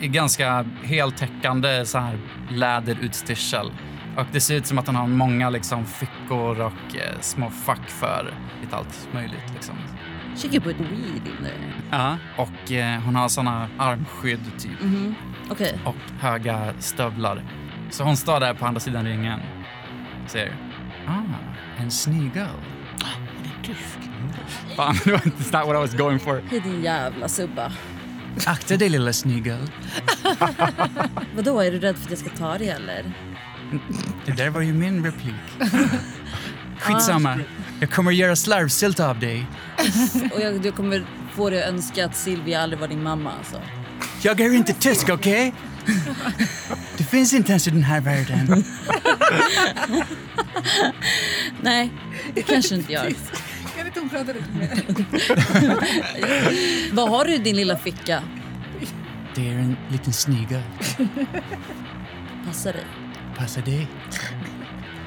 Speaker 4: i ganska heltäckande så här läderutstyrsel. Och det ser ut som att hon har många liksom fickor och eh, små fack för lite allt möjligt. Liksom.
Speaker 5: She can put weed in there.
Speaker 4: Ja, och eh, hon har såna armskydd typ.
Speaker 17: Mhm. Okej.
Speaker 4: Och höga stövlar. Så hon står där på andra sidan ringen. Ser. Ah, en snigel. Fan, det var inte not what I was going for.
Speaker 5: Hej din jävla subba.
Speaker 4: Akta dig lilla snigel.
Speaker 5: Vadå, är du rädd för att jag ska ta dig eller?
Speaker 4: Det där var ju min replik. Skitsamma. Jag kommer göra slarvsylt av dig.
Speaker 5: Och jag, jag kommer få dig att önska att Silvia aldrig var din mamma alltså.
Speaker 4: Jag är inte tysk, okej? Det finns inte ens i den här världen.
Speaker 5: Nej, det kanske inte gör.
Speaker 18: Kan inte hon prata lite mer?
Speaker 5: Vad har du i din lilla ficka?
Speaker 4: Det är en liten snigel.
Speaker 5: Passa dig.
Speaker 4: Passa dig.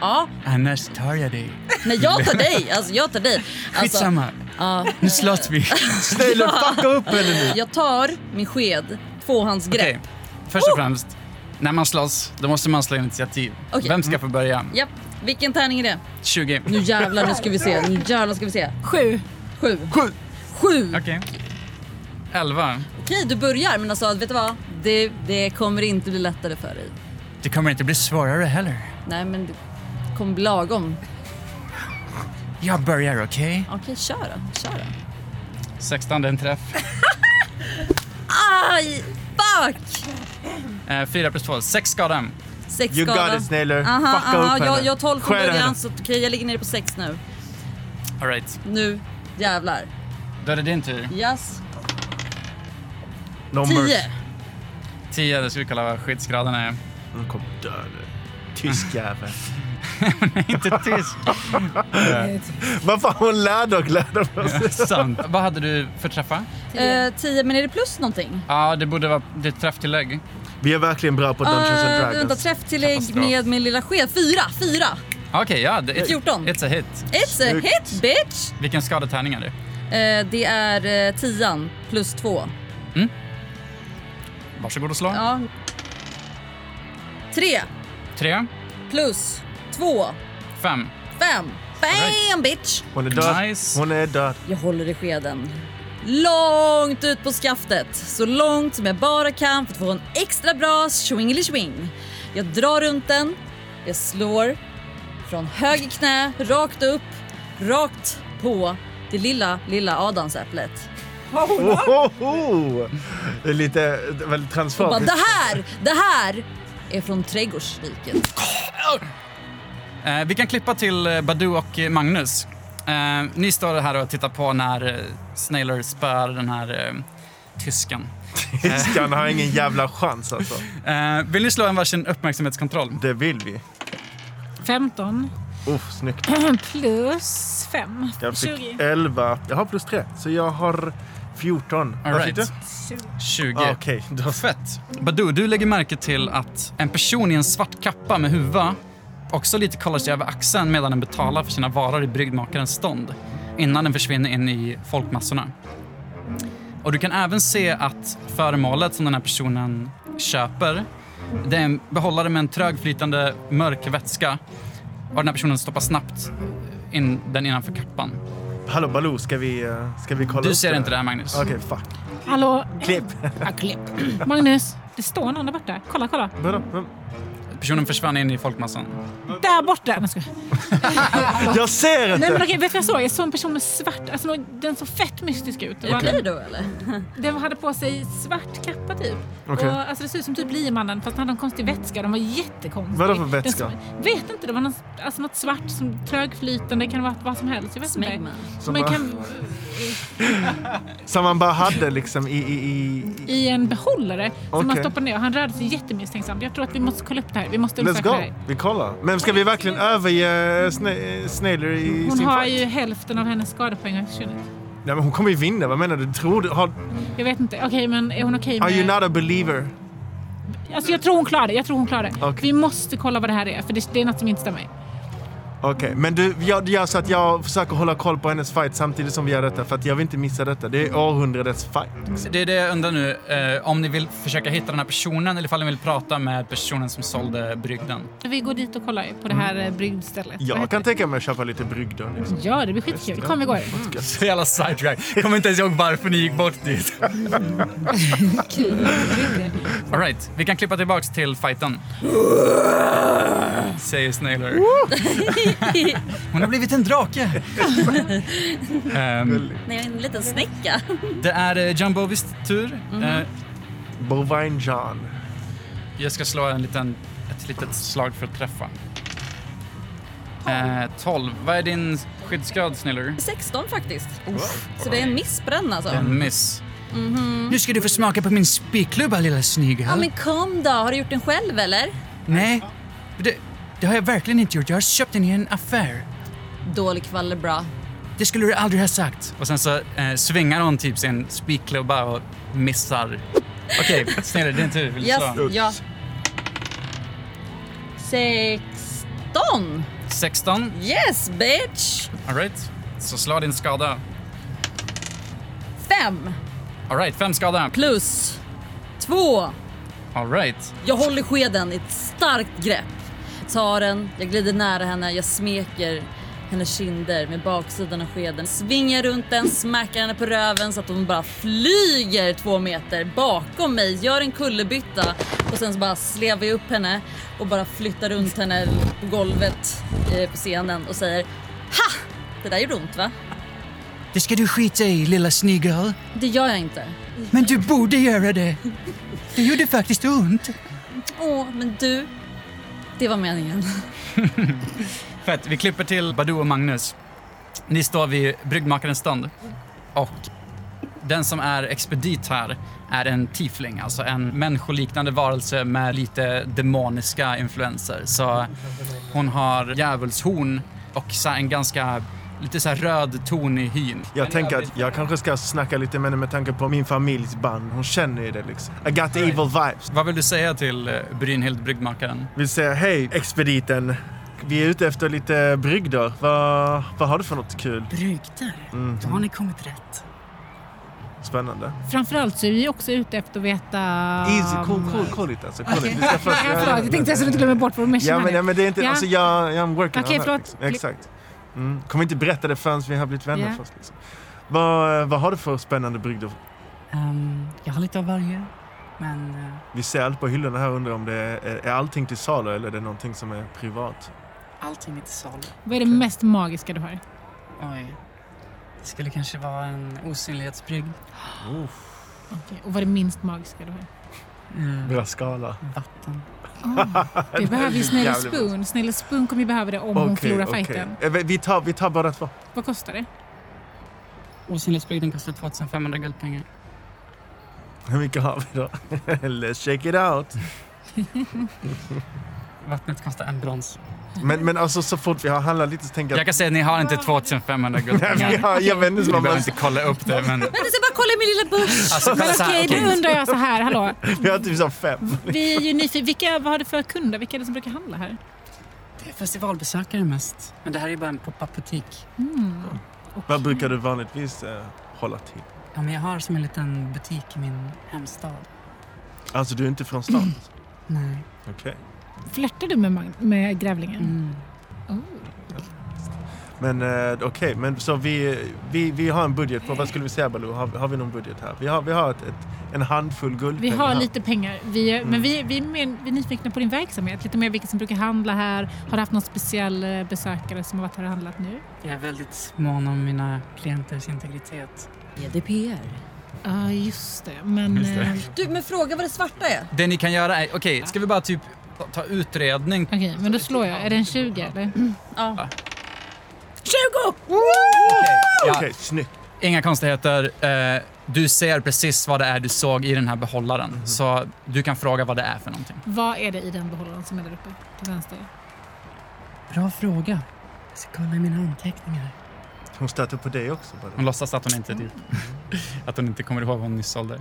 Speaker 5: Ja,
Speaker 4: Annars tar jag dig.
Speaker 5: nej jag tar dig. Alltså jag tar dig. Alltså,
Speaker 4: Skitsamma.
Speaker 5: Ja.
Speaker 4: Nu slåss vi. Snälla, packa upp henne nu.
Speaker 5: Jag tar min sked, tvåhandsgrepp.
Speaker 4: Okej, först
Speaker 5: Oh!
Speaker 4: och främst. När man slåss, då måste man slå initiativ.
Speaker 5: Okej.
Speaker 4: Vem ska få börja?
Speaker 5: Japp, vilken tärning är det?
Speaker 4: 20.
Speaker 5: Nu jävlar, nu ska vi se. Nu jävlar ska vi se. Sju. Sju. Sju. Sju.
Speaker 4: Okej. Elva.
Speaker 5: Okej, du börjar men alltså vet du vad? Det, det kommer inte bli lättare för dig.
Speaker 4: Det kommer inte bli svårare heller.
Speaker 5: Nej men det kommer bli lagom.
Speaker 4: Jag börjar, okej?
Speaker 5: Okej, kör då. Kör då.
Speaker 4: 16, den träff.
Speaker 5: Aj! Fuck!
Speaker 4: Eh, 4 plus 2, 6 skada.
Speaker 5: Sex
Speaker 4: You got
Speaker 5: skada.
Speaker 4: it, Snailer.
Speaker 5: Aha,
Speaker 4: Fucka
Speaker 5: aha,
Speaker 4: upp henne.
Speaker 5: jag, jag har tolv från
Speaker 4: Skär
Speaker 5: början
Speaker 4: henne.
Speaker 5: så okej jag ligger nere på sex nu.
Speaker 4: All right.
Speaker 5: Nu jävlar.
Speaker 4: Då är det din tur.
Speaker 5: Yes.
Speaker 4: Number.
Speaker 5: Tio.
Speaker 4: 10, det ska vi kolla vad skyddsgraden är. Hon kommer dö nu. Tysk
Speaker 2: Mm.
Speaker 4: jävel. inte tysk.
Speaker 2: Vad fan, hon lär dock lära
Speaker 4: Sant. Vad hade du för träffa?
Speaker 5: Tio. Eh, tio, men är det plus någonting?
Speaker 4: Ja, det borde vara ditt träfftillägg.
Speaker 2: Vi är verkligen bra på
Speaker 5: Eh, vänta, träfftillägg
Speaker 4: Katastrof.
Speaker 5: med min lilla sked. Fyra, fyra!
Speaker 4: Okej, ja. Det,
Speaker 5: 14.
Speaker 4: It's a hit.
Speaker 5: It's a hit bitch!
Speaker 4: Vilken skadetärning är det?
Speaker 5: Eh, det är eh, tian plus två.
Speaker 4: Varsågod och slå.
Speaker 5: Ja. Tre
Speaker 4: Tre,
Speaker 5: plus två,
Speaker 4: fem.
Speaker 5: fem. Bam bitch!
Speaker 2: Hon är död. Hon är död.
Speaker 5: Jag håller i skeden. Långt ut på skaftet, så långt som jag bara kan för att få en extra bra swing. Jag drar runt den, jag slår från höger knä, rakt upp, rakt på det lilla, lilla adamsäpplet.
Speaker 2: Ohoho! Det är lite väldigt
Speaker 5: Och bara,
Speaker 2: transformativt.
Speaker 5: det här, det här är från trädgårdsriket.
Speaker 4: Eh, vi kan klippa till eh, Badou och eh, Magnus. Eh, ni står här och tittar på när eh, Snailer spär den här eh, tysken.
Speaker 2: Tyskan har ingen jävla chans alltså.
Speaker 4: Eh, vill ni slå en varsin uppmärksamhetskontroll?
Speaker 2: Det vill vi.
Speaker 6: 15
Speaker 2: Uff, snyggt.
Speaker 6: plus 5.
Speaker 2: Jag fick
Speaker 6: 20.
Speaker 2: 11. Jag har plus 3, så jag har 14.
Speaker 4: All
Speaker 2: Vad
Speaker 4: right.
Speaker 2: fick du?
Speaker 4: 20.
Speaker 2: Ah,
Speaker 4: Okej, fett. Badou, du lägger märke till att en person i en svart kappa med huva också lite kollar sig över axeln medan den betalar för sina varor i bryggmakarens stånd innan den försvinner in i folkmassorna. Och du kan även se att föremålet som den här personen köper det är en behållare med en trögflytande mörk vätska och den här personen stoppar snabbt in den innanför kappan.
Speaker 2: Hallå Baloo, ska vi, eh, ska vi kolla
Speaker 4: Du
Speaker 2: upp
Speaker 4: ser inte det här, Magnus.
Speaker 2: Okej, fuck.
Speaker 6: Hallå?
Speaker 2: Klipp.
Speaker 6: Ja, klipp. Magnus, det står någon där borta. Kolla, kolla.
Speaker 4: Personen försvann in i folkmassan.
Speaker 6: Där borta! Nej, jag skojar.
Speaker 2: Jag ser
Speaker 6: Nej men okej, vet du vad jag såg? Jag såg en person med svart, alltså nå- den såg fett mystisk ut.
Speaker 5: Är det du då eller?
Speaker 6: Den hade på sig svart kappa typ.
Speaker 2: Okej.
Speaker 6: Och, alltså, det såg ut som typ liemannen fast han hade en konstig vätska. Den var jättekonstig.
Speaker 2: Vadå för
Speaker 6: Den
Speaker 2: vätska?
Speaker 6: som- vet inte, det var någon, alltså, något svart som trögflytande, kan vara vad som helst. Jag vet inte.
Speaker 2: Som
Speaker 6: Men
Speaker 2: bara-
Speaker 6: kan,
Speaker 2: Som man bara hade liksom i... i, i...
Speaker 6: I en behållare som han
Speaker 2: Okej.
Speaker 6: stoppade ner. Han rörde sig jättemisstänksamt. Jag tror att vi måste kolla upp det här. Vi måste
Speaker 2: Let's
Speaker 6: undersöka det
Speaker 2: go!
Speaker 6: här.
Speaker 2: Vi kollar. Men ska vi verkligen överge eh, Sna- Snailer i
Speaker 6: Hon
Speaker 2: sin
Speaker 6: har
Speaker 2: fight?
Speaker 6: ju hälften av hennes skadepoäng har försvunnit.
Speaker 2: Nej, men hon kommer ju vinna. Vad menar du? Tror du? Har...
Speaker 6: Jag vet inte. Okej, men är hon okej
Speaker 2: Are you
Speaker 6: med...
Speaker 2: not a believer?
Speaker 6: Alltså jag tror hon klarar det. Jag tror hon klarar det.
Speaker 2: Okej.
Speaker 6: Vi måste kolla vad det här är, för det, det är något som inte stämmer.
Speaker 2: Okej, men du, jag jag- så att jag försöker hålla koll på hennes fight samtidigt som vi gör detta för att jag vill inte missa detta. Det är århundradets fight.
Speaker 4: Det är det jag undrar nu, eh, om ni vill försöka hitta den här personen eller ifall ni vill prata med personen som sålde brygden.
Speaker 6: Vi går dit och kollar ju på det här eh, bryggstället. Vad
Speaker 2: Jag
Speaker 6: heter
Speaker 2: kan tänka mig att köpa lite brygder. Liksom.
Speaker 6: det? Ja, det blir skitkul. Kom, vi går.
Speaker 4: Så jävla sidetrack. Kommer inte ens ihåg varför ni gick bort dit. All right, vi kan klippa tillbaks till fighten. Säger Snailer. Hon har blivit en drake. Ehm,
Speaker 19: Nej, en liten snäcka.
Speaker 4: det är eh, John Bovis tur.
Speaker 19: Mhm.
Speaker 4: Eh,
Speaker 2: Bovine John.
Speaker 4: Jag ska slå en liten, ett litet slag för att träffa. Eh, 12. Vad är din skyddsgrad, Sniller?
Speaker 5: 16 faktiskt. Så det är en missbränn alltså.
Speaker 4: En miss.
Speaker 5: Mhm.
Speaker 4: Nu ska du få smaka på min spikklubba, lilla snigel.
Speaker 5: Ja men kom då, har du gjort den själv eller?
Speaker 4: Nej, det, det har jag verkligen inte gjort. Jag har köpt den i en affär.
Speaker 5: Dålig kvalle bra.
Speaker 4: Det skulle du aldrig ha sagt. Och sen så eh, svingar hon typ sin spikklubba och missar. Okej, Sniller, din tur. Vill du
Speaker 5: Yes,
Speaker 4: slå?
Speaker 5: ja. 16!
Speaker 4: 16.
Speaker 5: Yes bitch!
Speaker 4: All right. Så slå din skada.
Speaker 5: 5
Speaker 4: All right, fem skada.
Speaker 5: plus 2.
Speaker 4: All right.
Speaker 5: Jag håller skeden i ett starkt grepp. Tar den, jag glider nära henne, jag smeker hennes kinder med baksidan av skeden. Svingar runt den, smackar henne på röven så att hon bara flyger två meter bakom mig. Gör en kullerbytta och sen så bara slevar jag upp henne och bara flyttar runt henne på golvet eh, på scenen och säger Ha! Det där gjorde ont va?
Speaker 20: Det ska du skita i, lilla snigel.
Speaker 5: Det gör jag inte.
Speaker 20: Men du borde göra det. Det gjorde faktiskt ont.
Speaker 5: Åh, men du. Det var meningen.
Speaker 4: Fett, vi klipper till Badou och Magnus. Ni står vid bryggmakarens stånd. Och den som är expedit här är en tiefling, alltså en människoliknande varelse med lite demoniska influenser. Så hon har djävulshorn och så här en ganska lite så här röd ton i hyn.
Speaker 2: Jag tänker att jag kanske ska snacka lite med henne med tanke på min familjs band. Hon känner ju det liksom. I got the evil vibes.
Speaker 4: Vad vill du säga till eh, Brynhild, bryggmakaren?
Speaker 2: Vill säga hej expediten. Vi är ute efter lite brygder. Vad, vad har du för något kul?
Speaker 11: Brygder?
Speaker 2: Mhm.
Speaker 11: Då har ni kommit rätt.
Speaker 2: Spännande.
Speaker 6: Ehm, Framförallt så är vi också ute efter att veta...
Speaker 2: Easy, cool, cool, cool it alltså. Cool
Speaker 6: Okej.
Speaker 2: it. Vi ska först-
Speaker 6: Ja, förlåt, jag tänkte att jag inte glömmer bort vår mission
Speaker 2: Ja
Speaker 6: här
Speaker 2: men,
Speaker 6: nu.
Speaker 2: ja, men det är inte,
Speaker 6: Ja.
Speaker 2: alltså jag, I'm working
Speaker 6: Okej,
Speaker 2: on
Speaker 6: förlåt.
Speaker 2: that. Liksom. Exakt. Mm. Kommer inte berätta det förrän vi har blivit vänner
Speaker 11: Ja.
Speaker 2: först. Liksom. Vad, vad har du för spännande brygder?
Speaker 11: Ehm, jag har lite av varje, men eh,
Speaker 2: Vi ser allt på hyllorna här undrar om det är, är allting till salu eller är det någonting som är privat?
Speaker 11: allting är till salu.
Speaker 6: Vad är det mest magiska du har?
Speaker 11: Oj. Det skulle kanske vara en osynlighetsbrygd.
Speaker 6: Okej, Och vad är det minst magiska du har?
Speaker 2: Bra skala.
Speaker 11: Eh, Vatten.
Speaker 6: Det Ah, behöver ju Snälla
Speaker 2: Jävligt bra.
Speaker 6: Spoon. Snälla Spoon kommer ju behöva det om hon
Speaker 2: Okej,
Speaker 6: förlorar
Speaker 2: okej.
Speaker 6: fighten.
Speaker 2: Eh, Vi tar, vi tar bara två.
Speaker 6: Vad kostar det?
Speaker 4: Osynlighetsbrygden kostar 2500 guldpengar.
Speaker 2: Hur mycket har vi då? Let's check it out.
Speaker 4: Vattnet kostar en brons.
Speaker 2: Men, men alltså så fort vi har handlat lite så tänker jag...
Speaker 4: Jag kan säga att ni har inte 2500
Speaker 2: Nej,
Speaker 4: guldpengar.
Speaker 2: vi har- jag vet inte
Speaker 4: Ni
Speaker 2: vad man-
Speaker 4: behöver inte kolla upp det, men...
Speaker 5: Men jag ska bara kolla i min lilla börs.
Speaker 4: Alltså, kolla så här,
Speaker 6: Okej,
Speaker 4: okej.
Speaker 6: nu undrar jag så här. Hallå.
Speaker 2: Vi har typ så fem.
Speaker 6: Vi är ju nyfikna. Vilka, vad har du för kunder? Vilka är det som brukar handla här?
Speaker 11: Det är festivalbesökare mest, men det här är bara en pop-up butik.
Speaker 6: Mm.
Speaker 2: Vad brukar du vanligtvis eh, hålla till?
Speaker 11: Ja, men jag har som en liten butik i min hemstad.
Speaker 2: Alltså du är inte från stan?
Speaker 11: Nej.
Speaker 2: Okej.
Speaker 6: Flörtar du med, Mag- med grävlingen?
Speaker 11: Mm.
Speaker 6: Oh,
Speaker 2: Men eh, okej, men så vi, vi, vi har en budget på, vad skulle vi säga Baloo? Har, har vi någon budget här? Vi har, vi har ett, ett, en handfull
Speaker 6: Vi
Speaker 2: guldpengar
Speaker 6: har
Speaker 2: här.
Speaker 6: lite pengar, vi,
Speaker 2: Mm.
Speaker 6: men vi, vi, är mer, vi är nyfikna på din verksamhet. Lite mer vilka som brukar handla här. Har du haft någon speciell eh, besökare som har varit här och handlat nu?
Speaker 11: Jag är väldigt mån om mina klienters integritet.
Speaker 5: GDPR.
Speaker 6: Ja, just det. Men...
Speaker 4: Just det.
Speaker 6: eh,
Speaker 5: Du, men fråga vad det svarta är.
Speaker 4: Det ni kan göra är... Okej, ska vi bara typ ta utredning?
Speaker 6: Okej, men då slår jag. Är det en 20 eller?
Speaker 5: Ja.
Speaker 6: 20!
Speaker 4: Ja.
Speaker 2: Okej, snyggt.
Speaker 4: Inga konstigheter. Eh, Du ser precis vad det är du såg i den här behållaren. Så du kan fråga vad det är för någonting.
Speaker 6: Vad är det i den behållaren som är där uppe till vänster?
Speaker 11: Bra fråga. Jag ska kolla i mina anteckningar.
Speaker 2: Hon stöter på dig också Baloo.
Speaker 4: Hon låtsas att hon inte typ, att hon inte kommer ihåg vad hon nyss sålde.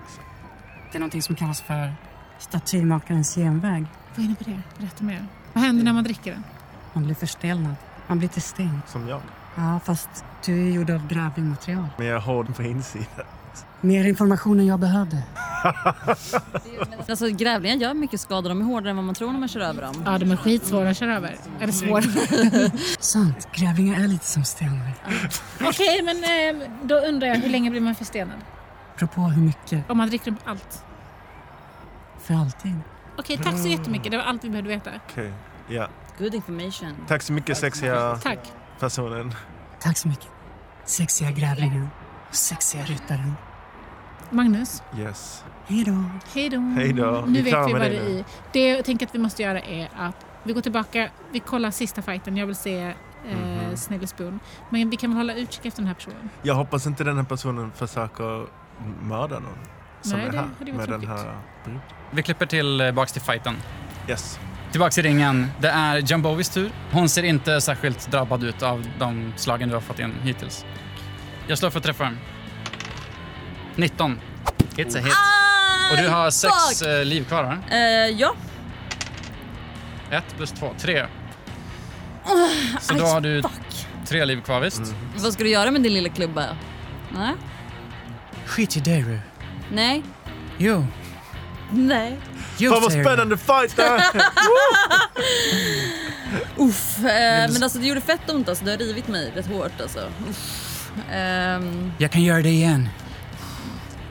Speaker 11: Det är någonting som kallas för statymakarens genväg.
Speaker 6: Vad är det på det? Berätta mer. Vad händer när man dricker den?
Speaker 11: Man blir förstelnad.
Speaker 15: Han blir till sten.
Speaker 2: Som jag.
Speaker 15: Ja, fast du är gjord av grävlingmaterial.
Speaker 2: Men jag har den på insidan.
Speaker 15: Mer information än jag behövde.
Speaker 5: Alltså, grävlingar gör mycket skada. De är hårdare än vad man tror när man kör över dem.
Speaker 6: Ja, de är skitsvåra att köra över. Mm. Eller svåra.
Speaker 15: Sant, grävlingar är lite som stenar.
Speaker 6: Okej, men eh, då undrar jag, hur länge blir man förstenad?
Speaker 15: Apropå hur mycket,
Speaker 6: Om man dricker upp allt.
Speaker 15: för alltid.
Speaker 6: Okej, tack så jättemycket. Det var allt vi behövde veta.
Speaker 2: Okej, ja.
Speaker 5: Good information.
Speaker 2: Tack så mycket sexiga
Speaker 6: Tack.
Speaker 2: personen.
Speaker 15: Tack så mycket. Sexiga grävlingen och sexiga ryttaren.
Speaker 6: Magnus.
Speaker 2: Yes.
Speaker 15: Hej då.
Speaker 6: Hej då.
Speaker 2: Hej då. Vi
Speaker 6: Nu
Speaker 2: är
Speaker 6: vet
Speaker 2: klara
Speaker 6: vi
Speaker 2: med
Speaker 6: vad det
Speaker 2: det
Speaker 6: är
Speaker 2: nu.
Speaker 6: i. Det jag tänker att vi måste göra är att vi går tillbaka, vi kollar sista fighten. Jag vill se eh,
Speaker 2: Mhm.
Speaker 6: Snille Spoon. Men vi kan väl hålla utkik efter den här personen?
Speaker 2: Jag hoppas inte den här personen försöker mörda någon. Som
Speaker 6: Nej,
Speaker 2: är
Speaker 6: det
Speaker 2: här
Speaker 6: hade varit
Speaker 2: med den
Speaker 6: tråkigt.
Speaker 2: här bruden.
Speaker 4: Vi klipper tillbaks till fighten.
Speaker 2: Yes.
Speaker 4: Tillbaks i ringen. Det är Jambovis tur. Hon ser inte särskilt drabbad ut av de slagen du har fått in hittills. Jag slår för att träffa. 19. It's a hit. Och du
Speaker 21: Ah,
Speaker 4: har sex eh, liv kvar va?
Speaker 5: Eh, ja.
Speaker 4: Ett plus två, tre.
Speaker 5: Ah,
Speaker 4: Så
Speaker 5: aj,
Speaker 4: då har du tre liv kvar visst?
Speaker 5: Vad ska du göra med din lilla klubba? Nej.
Speaker 21: Skit i dig Ru.
Speaker 5: Nej.
Speaker 21: Jo,
Speaker 5: Nej.
Speaker 21: jo
Speaker 2: Fan vad
Speaker 21: säger jag.
Speaker 2: spännande fight där!
Speaker 5: Uff. Eh, men alltså det gjorde fett ont alltså. Det har rivit mig rätt hårt alltså. Uff. Ehm,
Speaker 21: Jag kan göra det igen.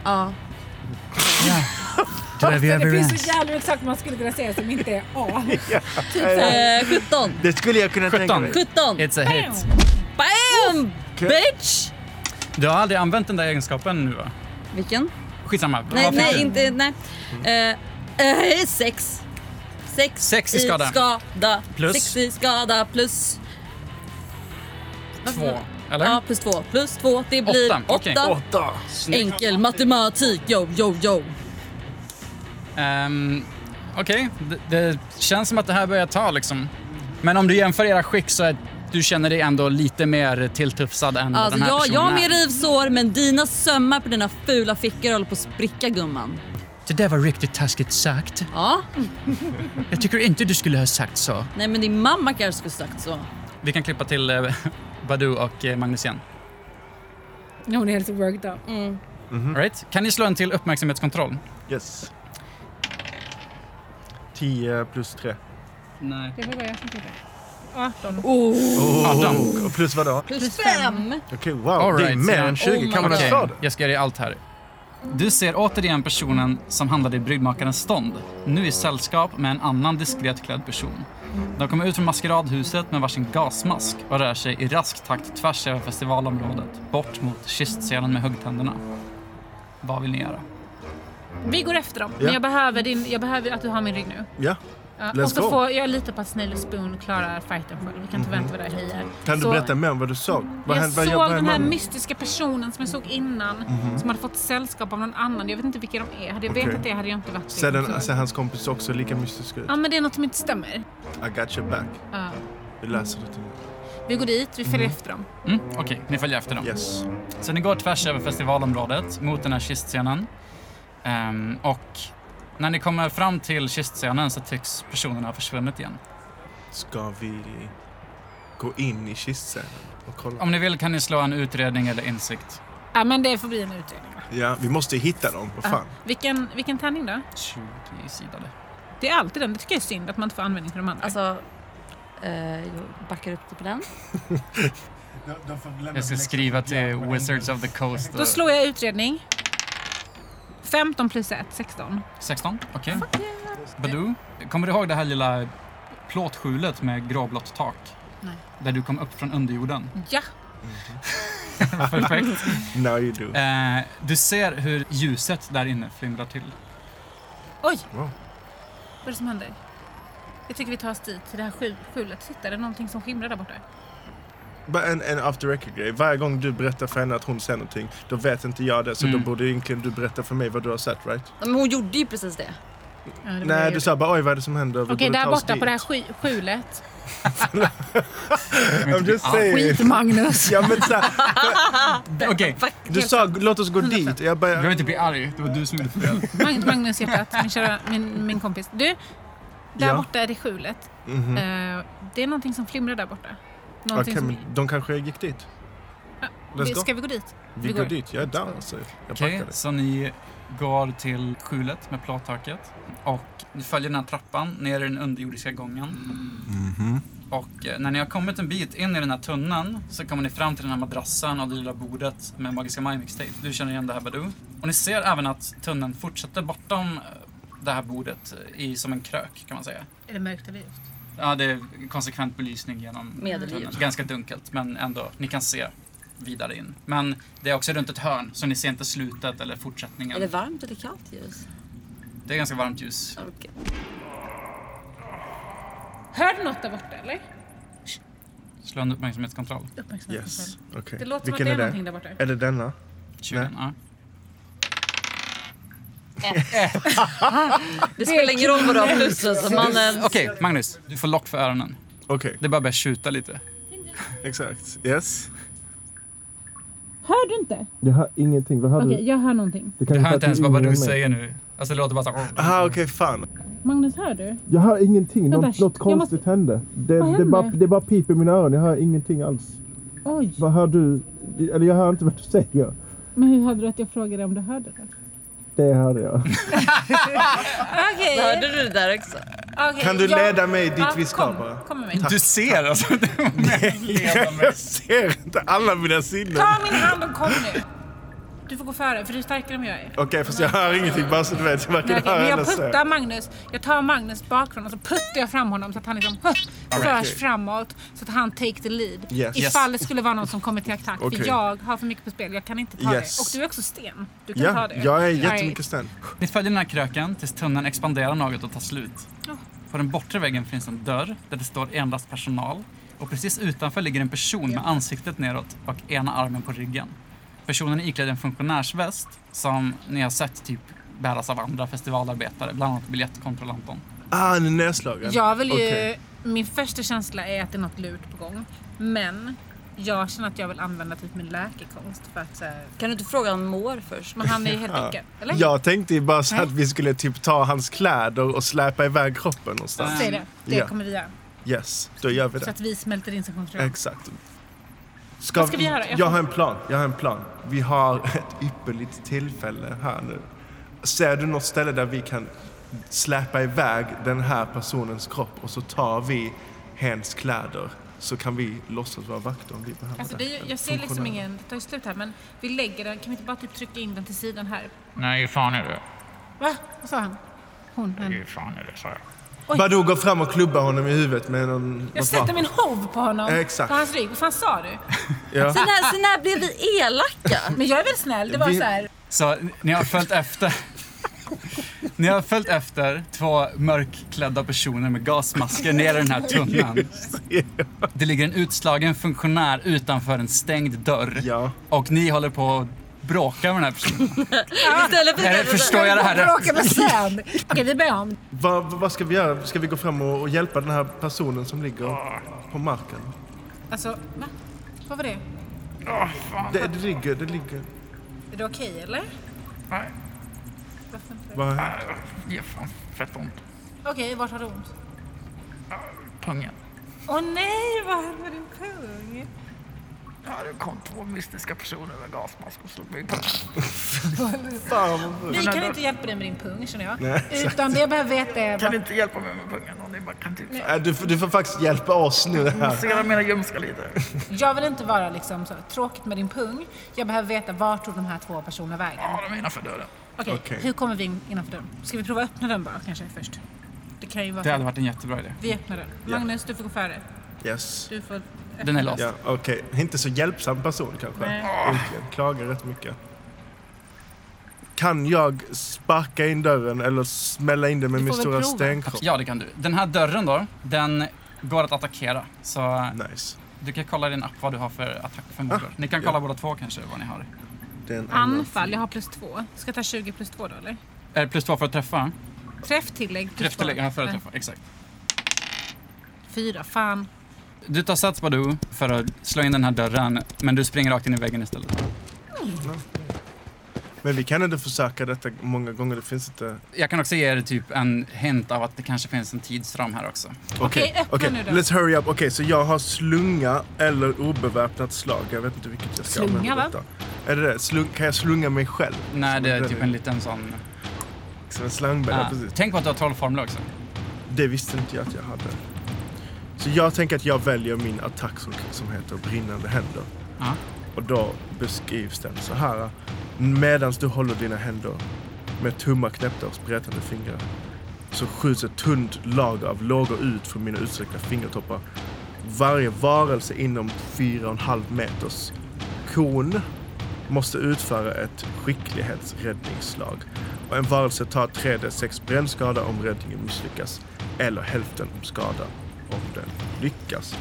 Speaker 5: ja.
Speaker 21: Då är vi överens.
Speaker 6: jävla mycket saker man skulle kunna säga som inte är A. Typ
Speaker 5: Eh, 17.
Speaker 2: Det skulle jag kunna tänka
Speaker 4: 17.
Speaker 2: mig.
Speaker 5: 17.
Speaker 4: It's a hit.
Speaker 5: Bam! Bitch!
Speaker 4: Du har aldrig använt den där egenskapen nu va?
Speaker 5: Vilken?
Speaker 4: Skitsamma.
Speaker 5: Nej,
Speaker 4: Vad fick
Speaker 5: nej,
Speaker 4: du?
Speaker 5: inte, nej. Eh, eh, sex. Sex,
Speaker 4: Sex i skada.
Speaker 5: skada.
Speaker 4: Plus?
Speaker 5: Sex i skada plus...
Speaker 4: Två, eller?
Speaker 5: Ja, plus två. Plus två, det blir
Speaker 4: Åtta,
Speaker 5: åtta.
Speaker 4: okej. Åtta. Snyggt.
Speaker 5: Enkel matematik, yo, yo, yo.
Speaker 4: Ehm, Okej, det, det känns som att det här börjar ta liksom. Men om du jämför era skick så är, du känner dig ändå lite mer tilltufsad än vad
Speaker 5: Alltså,
Speaker 4: den här
Speaker 5: jag,
Speaker 4: personen
Speaker 5: jag har
Speaker 4: är.
Speaker 5: mer rivsår, men dina sömmar på dina fula fickor håller på att spricka, gumman.
Speaker 21: Det där var riktigt taskigt sagt.
Speaker 5: Ja.
Speaker 21: Jag tycker inte du skulle ha sagt så.
Speaker 5: Nej, men din mamma kanske skulle sagt så.
Speaker 4: Vi kan klippa till eh, Badoo och eh, Magnus igen.
Speaker 6: Hon är helt worked up.
Speaker 4: All right. Kan ni slå en till uppmärksamhetskontroll?
Speaker 2: Yes. 10 plus 3.
Speaker 4: Nej.
Speaker 6: Det var bara jag som trodde. 18.
Speaker 2: Oh. Och plus vadå?
Speaker 5: Plus fem!
Speaker 2: Okej, wow. det är mer än 20. kan man ens ta det?
Speaker 4: Jag ska ge dig allt här. Du ser återigen personen som handlade i bryggmakarens stånd. Nu i sällskap med en annan diskret klädd person. De kommer ut från maskeradhuset med varsin gasmask och rör sig i rask takt tvärs över festivalområdet, bort mot kistscenen med huggtänderna. Vad vill ni göra?
Speaker 6: Vi går efter dem.
Speaker 4: Ja.
Speaker 6: Men jag behöver, din, jag behöver att du har min rygg nu.
Speaker 2: Ja.
Speaker 6: Ja,
Speaker 2: Let's
Speaker 6: och så
Speaker 2: go. Mhm.
Speaker 6: får jag lita på att Snail och Spoon klarar fighten själv. Vi kan inte vänta på det här hejar.
Speaker 2: Kan du
Speaker 6: Så-
Speaker 2: berätta mer om vad du såg? Vad
Speaker 6: jag
Speaker 2: hände- vad
Speaker 6: såg
Speaker 2: jobbade
Speaker 6: den här
Speaker 2: med?
Speaker 6: mystiska personen som jag såg innan
Speaker 2: Mhm.
Speaker 6: som hade fått sällskap av någon annan. Jag vet inte vilka de är. Hade jag
Speaker 2: Okej.
Speaker 6: vetat det hade jag inte varit
Speaker 2: Ser den-
Speaker 6: så-
Speaker 2: ser hans kompis också lika mystisk ut?
Speaker 6: Ja, men det är något som inte stämmer.
Speaker 2: I got your back.
Speaker 6: Ja.
Speaker 2: Vi läser det till
Speaker 6: Vi går dit, vi följer
Speaker 4: Mhm.
Speaker 6: efter dem.
Speaker 4: Mm, Okej, ni följer efter dem. Så ni går tvärs över festivalområdet mot den här kistscenen. Ehm, och när ni kommer fram till kistscenen så tycks personerna ha försvunnit igen.
Speaker 2: Ska vi gå in i kistscenen och kolla?
Speaker 4: Om ni vill kan ni slå en utredning eller insikt.
Speaker 6: Ja, men det får bli en utredning.
Speaker 2: Ja, vi måste ju hitta dem. Vad fan?
Speaker 6: Ja. Vilken, vilken tärning då?
Speaker 4: 20 sidade.
Speaker 6: Det är alltid den. Det tycker jag är synd att man inte får användning för de andra.
Speaker 5: Alltså, eh, jag backar upp dig på den.
Speaker 4: Jag ska skriva till Wizards of the Coast.
Speaker 6: Då slår jag utredning. 15 plus 1, 16.
Speaker 4: 16, okej. Badoo, kommer du ihåg det här lilla plåtskjulet med gråblått tak?
Speaker 6: Nej.
Speaker 4: Där du kom upp från underjorden?
Speaker 6: Ja.
Speaker 4: Perfekt.
Speaker 2: Now you do.
Speaker 4: Eh, du ser hur ljuset där inne flimrar till.
Speaker 6: Oj! Vad är det som händer? Jag tycker vi tar oss dit, till det här skjul- skjulet. Titta, det är någonting som skimrar där borta.
Speaker 2: Bara en, en after record-grej. Varje gång du berättar för henne att hon ser någonting, då vet inte jag det. Så
Speaker 4: Mm.
Speaker 2: då borde egentligen du berätta för mig vad du har sett, right?
Speaker 5: Men hon gjorde ju precis det.
Speaker 2: Nej, du sa bara oj, vad är det som händer? Vi
Speaker 6: Okej,
Speaker 2: borde
Speaker 6: där
Speaker 2: ta oss
Speaker 6: borta
Speaker 2: dit.
Speaker 6: på det här sky- skjulet.
Speaker 2: I'm just saying.
Speaker 6: Magnus.
Speaker 2: ja, men så här,
Speaker 4: Okej.
Speaker 2: du sa låt oss gå dit. Jag bara... Du
Speaker 4: behöver inte bli arg. Det var du som gjorde fel.
Speaker 6: Mag- Magnus hjärtat, min, kära, min, min kompis. Du, där
Speaker 2: Ja.
Speaker 6: borta är det skjulet.
Speaker 2: Mhm.
Speaker 6: Eh, det är någonting som flimrar där borta.
Speaker 2: Ja,
Speaker 6: Någonting
Speaker 2: kan-
Speaker 6: som...
Speaker 2: De kanske gick dit? Let's
Speaker 6: vi-
Speaker 2: go.
Speaker 6: ska vi gå dit?
Speaker 2: Vi,
Speaker 6: Vi
Speaker 2: går
Speaker 6: går.
Speaker 2: dit. Jag är down. Alltså. Jag
Speaker 4: Okej,
Speaker 2: packar det.
Speaker 4: så ni går till skjulet med plåttaket och ni följer den här trappan ner i den underjordiska gången. Och eh, när ni har kommit en bit in i den här tunneln så kommer ni fram till den här madrassen och det lilla bordet med Magiska Maj mixtape. Du känner igen det här Badoo. Och ni ser även att tunneln fortsätter bortom eh, det här bordet eh, i, som en krök kan man säga.
Speaker 6: Är det mörkt eller ljust?
Speaker 4: Ja, det är konsekvent belysning genom
Speaker 6: Medelljus.
Speaker 4: tunneln. Ganska dunkelt, men ändå. Ni kan se vidare in. Men det är också runt ett hörn, så ni ser inte slutet eller fortsättningen.
Speaker 5: Är det varmt eller kallt ljus?
Speaker 4: Det är ganska varmt ljus.
Speaker 6: Hör du något där borta eller?
Speaker 4: Slå en uppmärksamhetskontroll.
Speaker 6: Uppmärksamhet.
Speaker 2: Yes. Okay.
Speaker 6: Det låter som att det är någonting där borta.
Speaker 2: Är det denna?
Speaker 4: Tjuren, ja.
Speaker 5: Det spelar ingen roll vad du har plus alltså. Man, eh,
Speaker 4: Okej, Magnus. Du får lock för öronen.
Speaker 2: Okej.
Speaker 4: Det bara börjar tjuta lite.
Speaker 2: Exakt. Yes.
Speaker 6: Hör du inte?
Speaker 2: Jag hör ingenting. Vad hör
Speaker 6: Okej, jag hör någonting.
Speaker 2: Du
Speaker 4: Du hör inte ens vad Badoo säger nu. Alltså det låter bara så här...
Speaker 2: Aha, okej, fan.
Speaker 6: Magnus, hör du?
Speaker 22: Jag hör ingenting.
Speaker 6: Något-
Speaker 22: Något,
Speaker 6: Värst. något Jag
Speaker 22: konstigt
Speaker 6: konstigt
Speaker 22: hände. Det,
Speaker 6: Vad det
Speaker 22: det,
Speaker 6: händer?
Speaker 22: bara,
Speaker 6: bara-
Speaker 22: det bara piper i mina öron. Jag hör ingenting alls.
Speaker 6: Oj,
Speaker 22: Vad hör du? Eller jag hör inte vad du säger.
Speaker 6: men hur hade du att jag frågade om du hörde det?
Speaker 22: Det hörde jag.
Speaker 6: Okej.
Speaker 5: Hörde du det där också?
Speaker 2: Kan du leda mig dit vi ska bara?
Speaker 6: Kom med
Speaker 4: Du ser alltså?
Speaker 2: jag ser inte alla mina sinnen.
Speaker 6: Ta min hand och kom nu. Du får gå före, för du är starkare än vad jag är.
Speaker 2: Okej, fast jag hör ingenting. Bara så du vet. Jag varken
Speaker 6: Nej, okej,
Speaker 2: hör
Speaker 6: men
Speaker 2: eller
Speaker 6: jag puttar
Speaker 2: ser.
Speaker 6: Magnus. Jag tar Magnus bakifrån och så puttar jag fram honom så att han liksom huh,
Speaker 2: All
Speaker 6: förs
Speaker 2: right.
Speaker 6: framåt så att han take the lead.
Speaker 2: Yes.
Speaker 6: Ifall
Speaker 2: Yes.
Speaker 6: det skulle vara någon som kommer till attack.
Speaker 2: Okej.
Speaker 6: För jag har för mycket på spel. Jag kan inte ta
Speaker 4: Yes.
Speaker 6: det. Och du är också sten. Du kan ta det.
Speaker 2: sten.
Speaker 4: Ni följer den här kröken tills tunneln expanderar något och tar slut.
Speaker 6: Ja.
Speaker 4: På den bortre väggen finns en dörr där det står endast personal och precis utanför ligger en person med ansiktet neråt och ena armen på ryggen. Personen är iklädd en funktionärsväst som ni har sett typ bäras av andra festivalarbetare, bland annat biljettkontrollanten.
Speaker 2: Ah, han är nedslagen.
Speaker 6: Jag vill ju...
Speaker 2: Okej.
Speaker 6: Min första känsla är att det är något lurt på gång. Men jag känner att jag vill använda typ min läkekonst för att... eh, Kan du inte fråga om mår först? Men han är ju helt
Speaker 2: Ja.
Speaker 6: däckad, eller?
Speaker 2: Jag tänkte ju bara så
Speaker 6: Nej.
Speaker 2: att vi skulle typ ta hans kläder och släpa iväg kroppen någonstans.
Speaker 6: Säg det. Det
Speaker 2: Ja.
Speaker 6: kommer vi göra.
Speaker 2: Yes, då gör vi
Speaker 6: Så
Speaker 2: det.
Speaker 6: att vi smälter in som kontroll.
Speaker 2: Exakt.
Speaker 6: Vad ska vi göra?
Speaker 2: Jag har en plan. Jag har en plan. Vi har ett ypperligt tillfälle här nu. Ser du något ställe där vi kan släpa iväg den här personens kropp och så tar vi hens kläder så kan vi låtsas vara vakter om vi behöver
Speaker 6: Alltså
Speaker 2: det.
Speaker 6: det är, ju- jag ser liksom
Speaker 2: Funktionär.
Speaker 6: ingen... Det tar ju slut här men vi lägger den. Kan vi inte bara typ trycka in den till sidan här?
Speaker 23: Nej, fan är det.
Speaker 6: Va? Vad sa han? Hon, hen.
Speaker 23: Nej, fan är det, sa jag.
Speaker 6: Oj.
Speaker 2: Badou går fram och klubbar honom i huvudet med någon...
Speaker 6: Jag
Speaker 2: något
Speaker 6: sätter
Speaker 2: vapen.
Speaker 6: min hov på honom.
Speaker 2: Eh, Exakt.
Speaker 6: På hans rygg. Vad fan sa du?
Speaker 2: Ja.
Speaker 6: Så när-
Speaker 5: Så när blev vi elaka?
Speaker 6: Men jag är väl snäll? Det var
Speaker 4: Vi-
Speaker 6: så här.
Speaker 4: Så ni har följt efter. Ni har följt efter två mörkklädda personer med gasmasker ner i den här tunneln. Det ligger en utslagen funktionär utanför en stängd dörr. Och ni håller på att bråka med den här personen.
Speaker 5: Istället för
Speaker 4: Är det- förstår jag det här rätt?
Speaker 6: Bråka med Sam. Okej, vi börjar om.
Speaker 2: Vad, vad ska vi göra? Ska vi gå fram och, och hjälpa den här personen som ligger
Speaker 6: Ah.
Speaker 2: på marken?
Speaker 6: Alltså, va? Vad var det?
Speaker 2: Det, det ligger, det ligger.
Speaker 6: Är det okej eller?
Speaker 23: Nej.
Speaker 6: Varför inte?
Speaker 2: Vad har hänt?
Speaker 23: Det fan fett ont.
Speaker 6: Okej, vart har du ont?
Speaker 23: Pungen.
Speaker 6: Åh nej, vad hände med din pung?
Speaker 23: Ja, det kom två mystiska personer med gasmask och slog mig i
Speaker 6: Vi kan inte hjälpa dig med din pung känner jag.
Speaker 2: Nej, exakt.
Speaker 6: Utan det jag behöver veta är...
Speaker 23: Kan ni inte hjälpa mig med pungen? Om ni bara kan typ...
Speaker 2: Äh, Du, får- du får faktiskt hjälpa oss nu här.
Speaker 23: Massera mina ljumskar lite.
Speaker 6: Jag vill inte vara liksom så tråkigt med din pung. Jag behöver veta vart tog de här två personerna vägen. Ja,
Speaker 23: de är innanför dörren.
Speaker 6: Okej,
Speaker 4: Okej.
Speaker 6: hur kommer vi in innanför dörren? Ska vi prova att öppna den bara kanske först? Det kan ju vara...
Speaker 4: Det hade varit en jättebra idé.
Speaker 6: Vi öppnar den.
Speaker 2: Ja.
Speaker 6: Magnus, du får gå före.
Speaker 2: Yes.
Speaker 6: Du får...
Speaker 2: Ja, Okej, inte så hjälpsam person kanske.
Speaker 6: Nej.
Speaker 2: Egentligen. Klagar rätt mycket. Kan jag sparka in dörren eller smälla in den med min stora stenkropp?
Speaker 4: Ja, det kan du. Den här dörren då, den går att attackera. Så du kan kolla i din app vad du har för attackförmågor.
Speaker 2: Ah,
Speaker 4: ni kan
Speaker 2: ja.
Speaker 4: kolla båda två kanske vad ni har.
Speaker 2: Det är en
Speaker 6: Anfall, jag har plus två. Ska jag ta 20 plus två då eller?
Speaker 4: Är det plus två för att träffa?
Speaker 6: Träfftillägg plus
Speaker 4: Träfftillägg,
Speaker 6: två.
Speaker 4: ja, för att
Speaker 6: Nej,
Speaker 4: träffa. Exakt.
Speaker 6: Fyra, fan.
Speaker 4: Du tar sats Badoo för att slå in den här dörren, men du springer rakt in i väggen istället.
Speaker 2: Men vi kan inte försöka detta många gånger. Det finns inte...
Speaker 4: Jag kan också ge er typ en hint av att det kanske finns en tidsram här också.
Speaker 2: okej. Let's hurry up. Okej, så jag har slunga eller obeväpnat slag. Jag vet inte vilket jag ska
Speaker 4: Slunga,
Speaker 2: använda
Speaker 4: va?
Speaker 2: detta. Är det det? Slung, kan jag slunga mig själv?
Speaker 4: Nej, det är typ en
Speaker 2: liten
Speaker 4: sån...
Speaker 2: Som en slangbella,
Speaker 4: Ah,
Speaker 2: precis.
Speaker 4: Tänk på att du har trollformler också.
Speaker 2: Det visste inte jag att jag hade. Så jag tänker att jag väljer min attack som, som heter brinnande händer.
Speaker 4: Ja.
Speaker 2: Och då beskrivs den så här. Medan du håller dina händer med tummar knäppta och spretande fingrar så skjuts ett tunt lager av lågor ut från mina utsträckta fingertoppar. Varje varelse inom 4,5 meters kon måste utföra ett skicklighetsräddningsslag. Och en varelse tar 3D6 brännskada om räddningen misslyckas eller hälften om skada om den lyckas.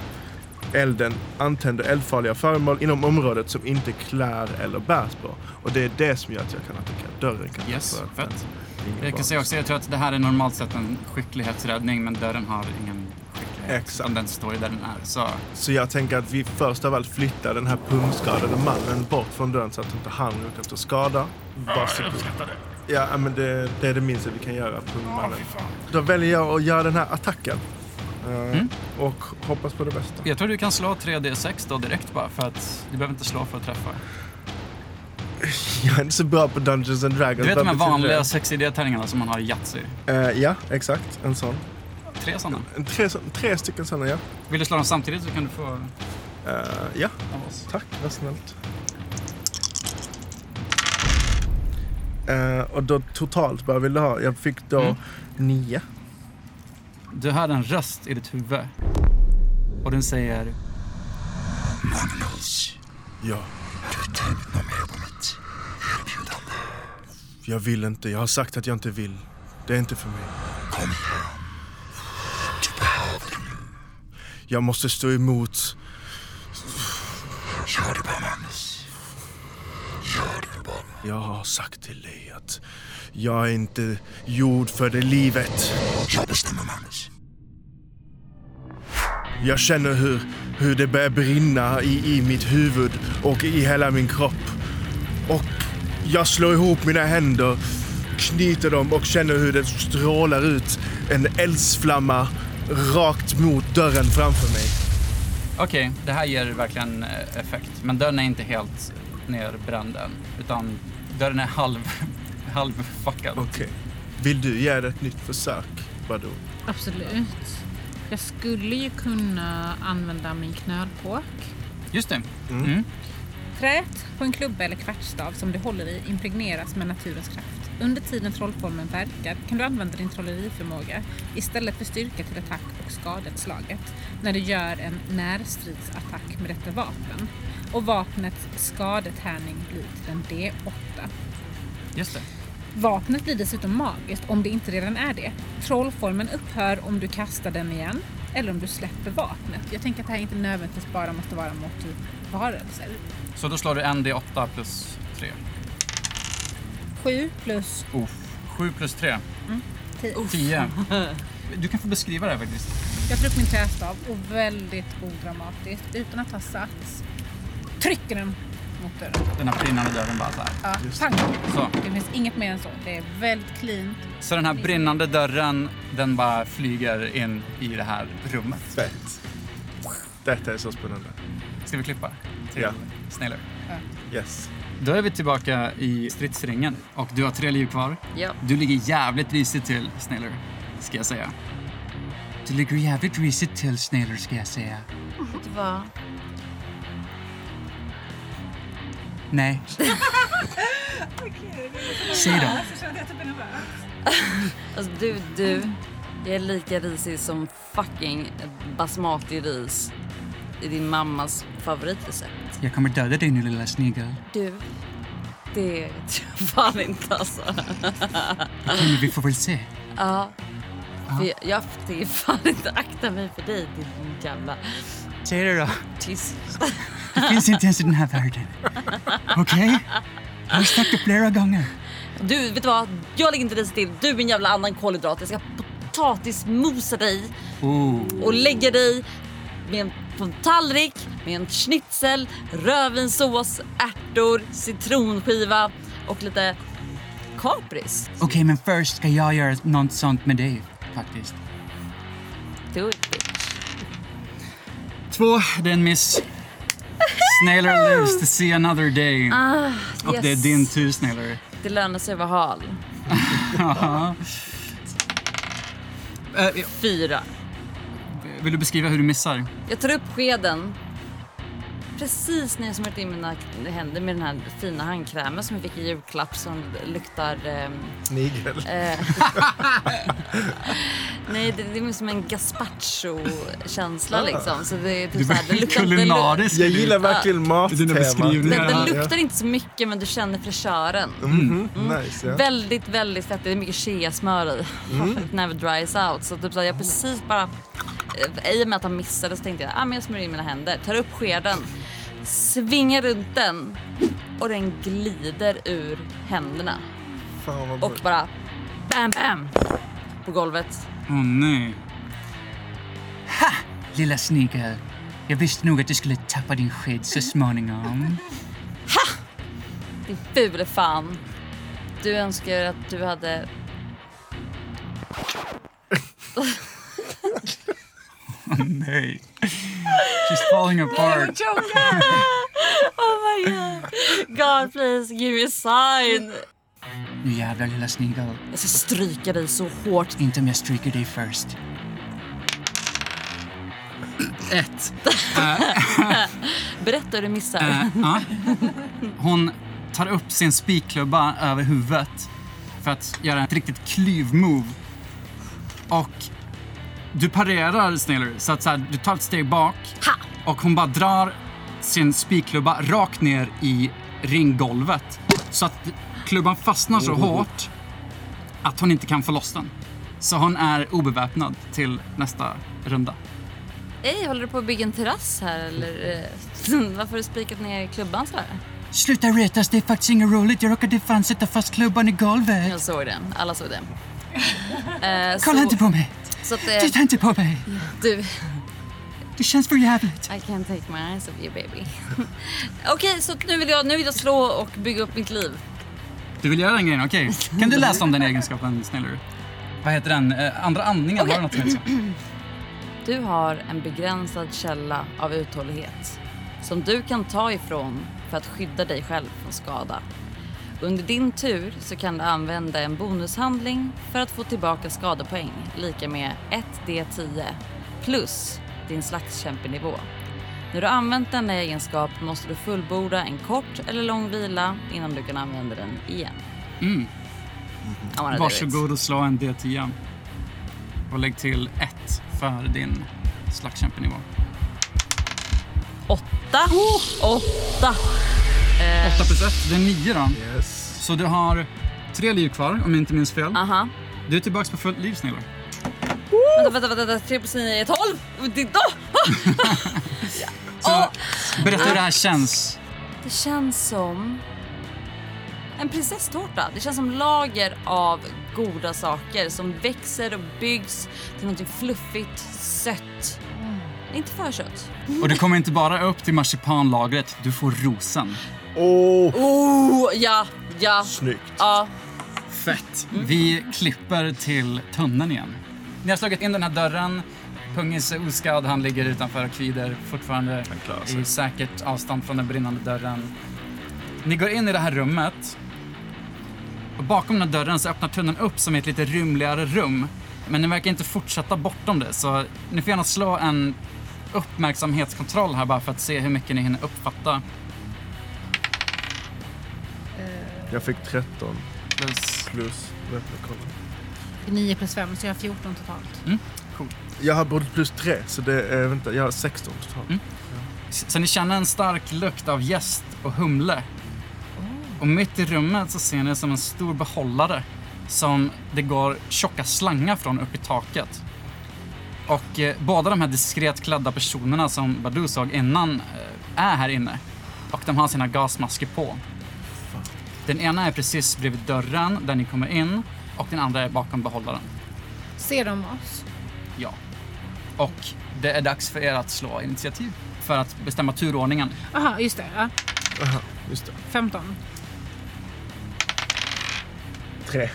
Speaker 2: Elden antänder eldfarliga föremål inom området som inte klär eller bärs på. Och det är det som gör att jag kan attackera dörren. Kan
Speaker 4: Yes, fett. Jag
Speaker 2: varelse.
Speaker 4: kan säga också, jag tror att det här är normalt sett en skicklighetsräddning, men dörren har ingen skicklighet. Exakt. Den står ju där den är. Så
Speaker 2: Så jag tänker att vi först av allt flyttar den här pungskadade mannen bort från dörren så att inte han råkar efter skada. Varsågod. Ja, men det, det är det minsta vi kan göra, pungmannen. Då väljer jag att göra den här attacken.
Speaker 4: Mm.
Speaker 2: Eh, Och hoppas på det bästa.
Speaker 4: jag tror du kan slå 3D6 då direkt bara, för att du behöver inte slå för att träffa.
Speaker 2: Jag är inte så bra på Dungeons and Dragons.
Speaker 4: Du vet
Speaker 2: Vad
Speaker 4: de här
Speaker 2: betyder
Speaker 4: vanliga
Speaker 2: det?
Speaker 4: 6D-tärningarna som man har i Yatzy?
Speaker 2: Eh, ja, exakt. En sån.
Speaker 4: Tre sådana.
Speaker 2: Tre, så- tre stycken såna, ja.
Speaker 4: Vill du slå dem samtidigt så kan du få...
Speaker 2: Eh, ja, tack. Vad snällt. Eh, och då totalt, vad vill du ha? Jag fick då
Speaker 4: Mm.
Speaker 2: nio.
Speaker 4: Du hör en röst i ditt huvud. Och den säger...
Speaker 1: Magnus.
Speaker 2: Ja.
Speaker 1: Du tömde mig på mitt erbjudande.
Speaker 2: Jag vill inte. Jag har sagt att jag inte vill. Det är inte för mig. Kom igen. Du behöver Jag måste stå emot.
Speaker 1: Gör det bara, Magnus. Gör det bara.
Speaker 2: Jag har sagt till dig att jag är inte gjord för det livet.
Speaker 1: Jag bestämmer, Magnus.
Speaker 2: Jag känner hur, hur det börjar brinna i, i mitt huvud och i hela min kropp. Och jag slår ihop mina händer, knyter dem och känner hur det strålar ut en eldsflamma rakt mot dörren framför mig.
Speaker 4: Okej, det här ger verkligen eh, effekt. Men dörren är inte helt nerbränd än. Utan dörren är halv... halvfuckad.
Speaker 2: Okej. Vill du göra ett nytt försök, Badou?
Speaker 6: Absolut. Jag skulle ju kunna använda min knölpåk.
Speaker 4: Just det.
Speaker 2: Mm.
Speaker 24: Träet på en klubba eller kvartsstav som du håller i impregneras med naturens kraft. Under tiden trollformen verkar kan du använda din trolleriförmåga istället för styrka till attack och skadeslaget när du gör en närstridsattack med detta vapen. Och vapnets skadetärning blir till en D8.
Speaker 4: Just det.
Speaker 24: Vapnet blir dessutom magiskt om det inte redan är det. Trollformen upphör om du kastar den igen eller om du släpper vapnet. Jag tänker att det här inte nödvändigtvis bara måste vara mot typ varelser.
Speaker 4: Så då slår du en D8 plus 3.
Speaker 24: 7 plus
Speaker 4: Uff. 7 plus 3.
Speaker 24: Mm. Tio.
Speaker 4: 10. Du kan få beskriva det här faktiskt.
Speaker 24: Jag tar upp min trästav och väldigt odramatiskt, utan att ha sats, trycker den mot dörren.
Speaker 4: Den här brinnande dörren bara så här.
Speaker 24: Ja, pang!
Speaker 4: Så.
Speaker 24: Det finns inget mer än så. Det är väldigt cleant.
Speaker 4: Så den här brinnande dörren, den bara flyger in i det här rummet.
Speaker 2: Fett. Detta är så spännande.
Speaker 4: Ska vi klippa? Till
Speaker 2: Ja.
Speaker 4: Snailer.
Speaker 2: Yes.
Speaker 4: Då är vi tillbaka i stridsringen och du har tre liv kvar.
Speaker 5: Ja.
Speaker 4: Du ligger jävligt risigt till, Snailer, ska jag säga. Du ligger jävligt risigt till, Snailer, ska jag säga.
Speaker 5: Vet du vad?
Speaker 4: Nej. Säg då.
Speaker 5: Alltså du, du. Jag är lika risig som fucking basmati ris i din mammas favoritrecept.
Speaker 4: Jag kommer döda dig nu, lilla snigel.
Speaker 5: Du, det vet jag fan inte alltså.
Speaker 4: Det kommer vi får väl se.
Speaker 5: ja, för jag, jag tänker fan inte akta mig för dig din jävla
Speaker 4: Säg det då.
Speaker 5: tysk.
Speaker 25: Det finns inte ens i den här världen. Okej? Jag har sagt det flera gånger.
Speaker 5: Du, vet du vad? Jag ligger inte risigt till. Du min jävla annan kolhydrat. Jag ska potatismosa dig och lägga dig med en, på en tallrik med en schnitzel, rödvinssås, ärtor, citronskiva och lite kapris.
Speaker 15: Okej, men först ska jag göra något sånt med dig faktiskt.
Speaker 5: Do it bitch.
Speaker 4: Två, det är en miss. Snailer lives to see another day.
Speaker 5: Ah,
Speaker 4: Och det är
Speaker 5: yes.
Speaker 4: din tur Snailer.
Speaker 5: Det lönar sig att vara hal.
Speaker 4: Ja.
Speaker 5: Fyra.
Speaker 4: Vill du beskriva hur du missar?
Speaker 5: Jag tar upp skeden precis när jag smörjt in mina händer med den här fina handkrämen som jag fick i julklapp som luktar... ehm,
Speaker 2: Snigel.
Speaker 5: eh, Nej, det, det är som en gazpacho-känsla liksom. Så det, är typ
Speaker 2: Du
Speaker 5: så här, det
Speaker 2: blir
Speaker 5: luktar inte-
Speaker 2: kulinarisk. Jag gillar verkligen mattema.
Speaker 5: Ja. Det, det luktar inte så mycket men du känner fräschören.
Speaker 2: Mhm, nice, ja.
Speaker 5: Väldigt, väldigt fett. Det är mycket cheasmör i.
Speaker 2: Mm.
Speaker 5: It never dries out. Så typ så här, jag precis bara... eh, I och med att han missade så tänkte jag ah, men jag smörjer in mina händer. Tar upp skeden, svingar runt den och den glider ur händerna.
Speaker 2: Fan vad bra.
Speaker 5: Och bara bam, bam på golvet.
Speaker 15: Åh nej. Ha! Lilla snigel. Jag visste nog att du skulle tappa din sked så småningom.
Speaker 5: Din fule fan. Du önskar att du hade...
Speaker 4: Åh nej. She's falling
Speaker 5: Nej,
Speaker 4: apart.
Speaker 5: joker! Oh my god. God please, give me a sign.
Speaker 15: Nu jävlar lilla snigel.
Speaker 5: Jag ska stryka dig så hårt.
Speaker 15: Inte om jag stryker dig först.
Speaker 4: Ett.
Speaker 5: Berätta hur du missar.
Speaker 4: Eh, ja. Hon tar upp sin spikklubba över huvudet för att göra ett riktigt klyvmove. Och du parerar Snailer, så att så här, du tar ett steg bak och hon bara drar sin spikklubba rakt ner i ringgolvet så att klubban fastnar så
Speaker 15: Oh.
Speaker 4: hårt att hon inte kan få loss den. Så hon är obeväpnad till nästa runda.
Speaker 5: Ey, håller du på att bygga en terrass här eller? eh, Varför har du spikat ner klubban så här?
Speaker 15: Sluta retas, det är faktiskt inget roligt. Jag råkade fan sätta fast klubban i golvet.
Speaker 5: Jag såg den. Alla såg den. Eh,
Speaker 15: Kolla
Speaker 5: så-
Speaker 15: inte på mig.
Speaker 5: Så att, eh,
Speaker 15: Titta inte på mig.
Speaker 5: du,
Speaker 15: Det känns för jävligt.
Speaker 5: I can't take my eyes off you baby. Okej, så att nu vill, jag, nu vill jag slå och bygga upp mitt liv.
Speaker 4: Du vill göra den grejen, okej. Kan du läsa om den egenskapen, Snailer? Vad heter den? Eh, andra andningen, var det något som heter så?
Speaker 5: Du har en begränsad källa av uthållighet som du kan ta ifrån för att skydda dig själv från skada. Under din tur så kan du använda en bonushandling för att få tillbaka skadepoäng lika med 1D10 plus din slagskämpenivå. När du har använt denna egenskap måste du fullborda en kort eller lång vila innan du kan använda den igen.
Speaker 4: Mm.
Speaker 5: I wanna do it.
Speaker 4: Varsågod och slå en D10. Och lägg till 1 för din slagskämpenivå.
Speaker 5: Åtta! Åtta! Eh,
Speaker 4: 8 plus 1, det är 9 då. Så du har tre liv kvar, om jag inte minns fel.
Speaker 5: Aha.
Speaker 4: Du är tillbaka på fullt liv, Snailer.
Speaker 5: Vänta, vänta, vänta, vänta. 3 plus 9 är 12! Det, oh,
Speaker 4: Så berätta hur det här känns.
Speaker 5: det känns som en prinsesstårta. Det känns som lager av goda saker som växer och byggs till någonting fluffigt, sött. Inte för sött.
Speaker 4: Och du kommer inte bara upp till marsipanlagret, du får rosen.
Speaker 2: Åh!
Speaker 5: Oh, ja, ja.
Speaker 4: Snyggt.
Speaker 5: Ja.
Speaker 4: Fett. Vi klipper till tunneln igen. Ni har slagit in den här dörren. Pungis är oskadd, han ligger utanför och kvider fortfarande i säkert avstånd från den brinnande dörren. Ni går in i det här rummet. Och bakom den här dörren så öppnar tunneln upp som ett lite rymligare rum. Men ni verkar inte fortsätta bortom det, så ni får gärna slå en uppmärksamhetskontroll här bara för att se hur mycket ni hinner uppfatta.
Speaker 2: Jag fick 13.
Speaker 4: Plus.
Speaker 2: Plus. Vänta, kolla.
Speaker 6: Det är 9 plus 5 så jag har 14 totalt.
Speaker 2: Jag har både plus 3, så det är... Vänta, jag har 16 totalt.
Speaker 4: Mm. S- Så ni känner en stark lukt av jäst och humle. Och mitt i rummet så ser ni som en stor behållare som det går tjocka slangar från upp i taket. Och eh, båda de här diskret klädda personerna som Badou såg innan eh, är här inne. Och de har sina gasmasker på. Den ena är precis bredvid dörren där ni kommer in och den andra är bakom behållaren.
Speaker 6: Ser de oss?
Speaker 4: Ja. Och det är dags för er att slå initiativ för att bestämma turordningen.
Speaker 6: Jaha, just det. Ja.
Speaker 2: Aha, just det.
Speaker 6: 15.
Speaker 2: Tre.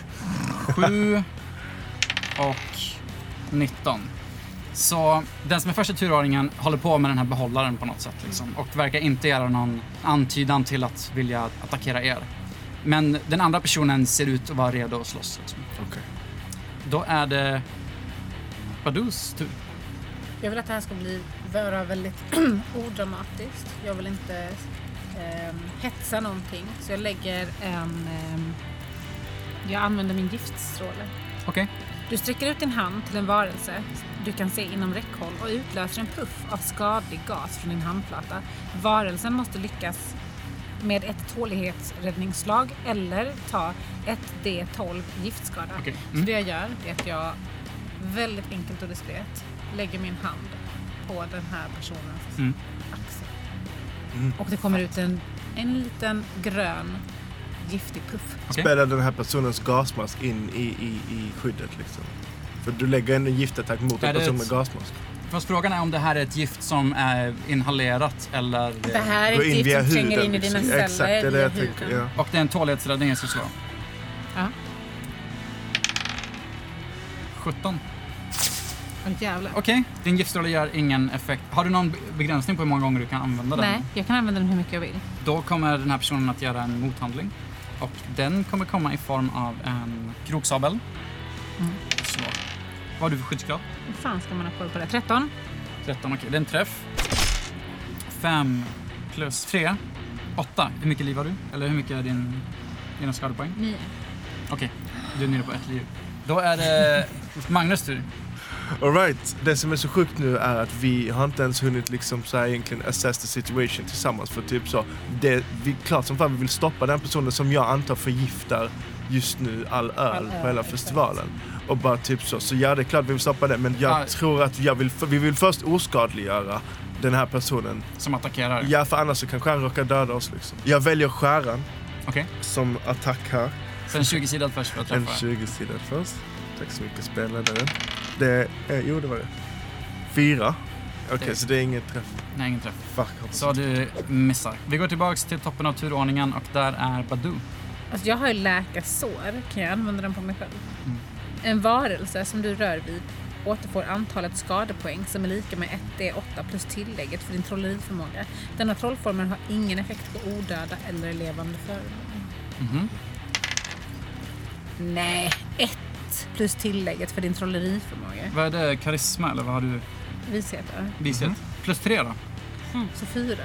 Speaker 4: Sju och 19. Så den som är första turordningen håller på med den här behållaren på något sätt liksom, och verkar inte göra någon antydan till att vilja attackera er. Men den andra personen ser ut att vara redo att slåss. Liksom. Då är det Badus tur.
Speaker 6: Jag vill att det här ska bli, vara väldigt odramatiskt. Jag vill inte ehm, hetsa någonting. Så jag lägger en... ehm, jag använder min giftstråle.
Speaker 4: Okej.
Speaker 6: Du sträcker ut din hand till en varelse du kan se inom räckhåll och utlöser en puff av skadlig gas från din handflata. Varelsen måste lyckas med ett tålighetsräddningsslag eller ta ett D12 giftskada.
Speaker 4: Okej.
Speaker 6: Så
Speaker 4: Mm.
Speaker 6: det jag gör är att jag väldigt enkelt och diskret lägger min hand på den här personens
Speaker 4: Mm.
Speaker 6: axel. Och det kommer ut en, en liten grön giftig puff.
Speaker 2: Spärra den här personens gasmask in i, i, i skyddet liksom. För du lägger en giftattack mot
Speaker 4: Är
Speaker 2: en
Speaker 4: det
Speaker 2: person
Speaker 4: ett-
Speaker 2: med gasmask.
Speaker 4: Fast frågan är om det här är ett gift som är inhalerat eller...
Speaker 6: Det här är Går ett in gift via som tränger huden, in i dina liksom. celler, Exakt, det är det via jag huden. tänker, ja.
Speaker 4: Och det är en tålighetsräddning jag ska slå.
Speaker 6: Ja.
Speaker 4: 17.
Speaker 6: Åh jävlar.
Speaker 4: Okej, din giftstråle gör ingen effekt. Har du någon be- begränsning på hur många gånger du kan använda den?
Speaker 6: Nej, jag kan använda den hur mycket jag vill.
Speaker 4: Då kommer den här personen att göra en mothandling. Och den kommer komma i form av en kroksabel.
Speaker 6: Mm.
Speaker 4: Så. Vad har du för skyddsgrad?
Speaker 6: Hur fan ska man ha koll på det? 13?
Speaker 4: 13, okej. Det är en träff. 5 plus 3. 8. Hur mycket liv har du? Eller hur mycket är din, dina skadepoäng?
Speaker 6: 9.
Speaker 4: Okej, du är nere på ett liv. Då är det Magnus tur.
Speaker 2: Alright, det som är så sjukt nu är att vi har inte ens hunnit liksom så här egentligen assess the situation tillsammans. För typ så, det, vi, klart som fan vi vill stoppa den personen som jag antar förgiftar just nu all öl
Speaker 4: All
Speaker 2: på
Speaker 4: öl,
Speaker 2: hela festivalen. Och bara typ så, så ja det är klart vi vill stoppa det men jag
Speaker 4: Ja.
Speaker 2: tror att jag vill, vi vill först oskadliggöra den här personen.
Speaker 4: Som attackerar?
Speaker 2: Ja för annars så kanske han råkar döda oss liksom. Jag väljer skäran
Speaker 4: Okej.
Speaker 2: som attack här.
Speaker 4: Så en 20-sidad först för att
Speaker 2: En
Speaker 4: träffa.
Speaker 2: 20-sidad först. Tack så mycket spelledaren. Det, eh, jo, det var det. Fyra. Okej,
Speaker 4: Det-
Speaker 2: så det är inget träff.
Speaker 4: Nej, ingen träff.
Speaker 2: Fuck, hoppas
Speaker 4: Så du missar. Vi går tillbaks till toppen av turordningen och där är Badoo.
Speaker 6: Alltså jag har ju läkarsår. Kan jag använda den på mig själv?
Speaker 4: Mm.
Speaker 6: En varelse som du rör vid återfår antalet skadepoäng som är lika med 1D8 plus tillägget för din trolleriförmåga. Denna trollformen har ingen effekt på odöda eller levande föremål.
Speaker 4: Mhm.
Speaker 6: Nej, 1 plus tillägget för din trolleriförmåga.
Speaker 4: Vad är det? Karisma eller vad har du
Speaker 6: Vishet, ja.
Speaker 4: visat? Plus tre då?
Speaker 6: Så fyra.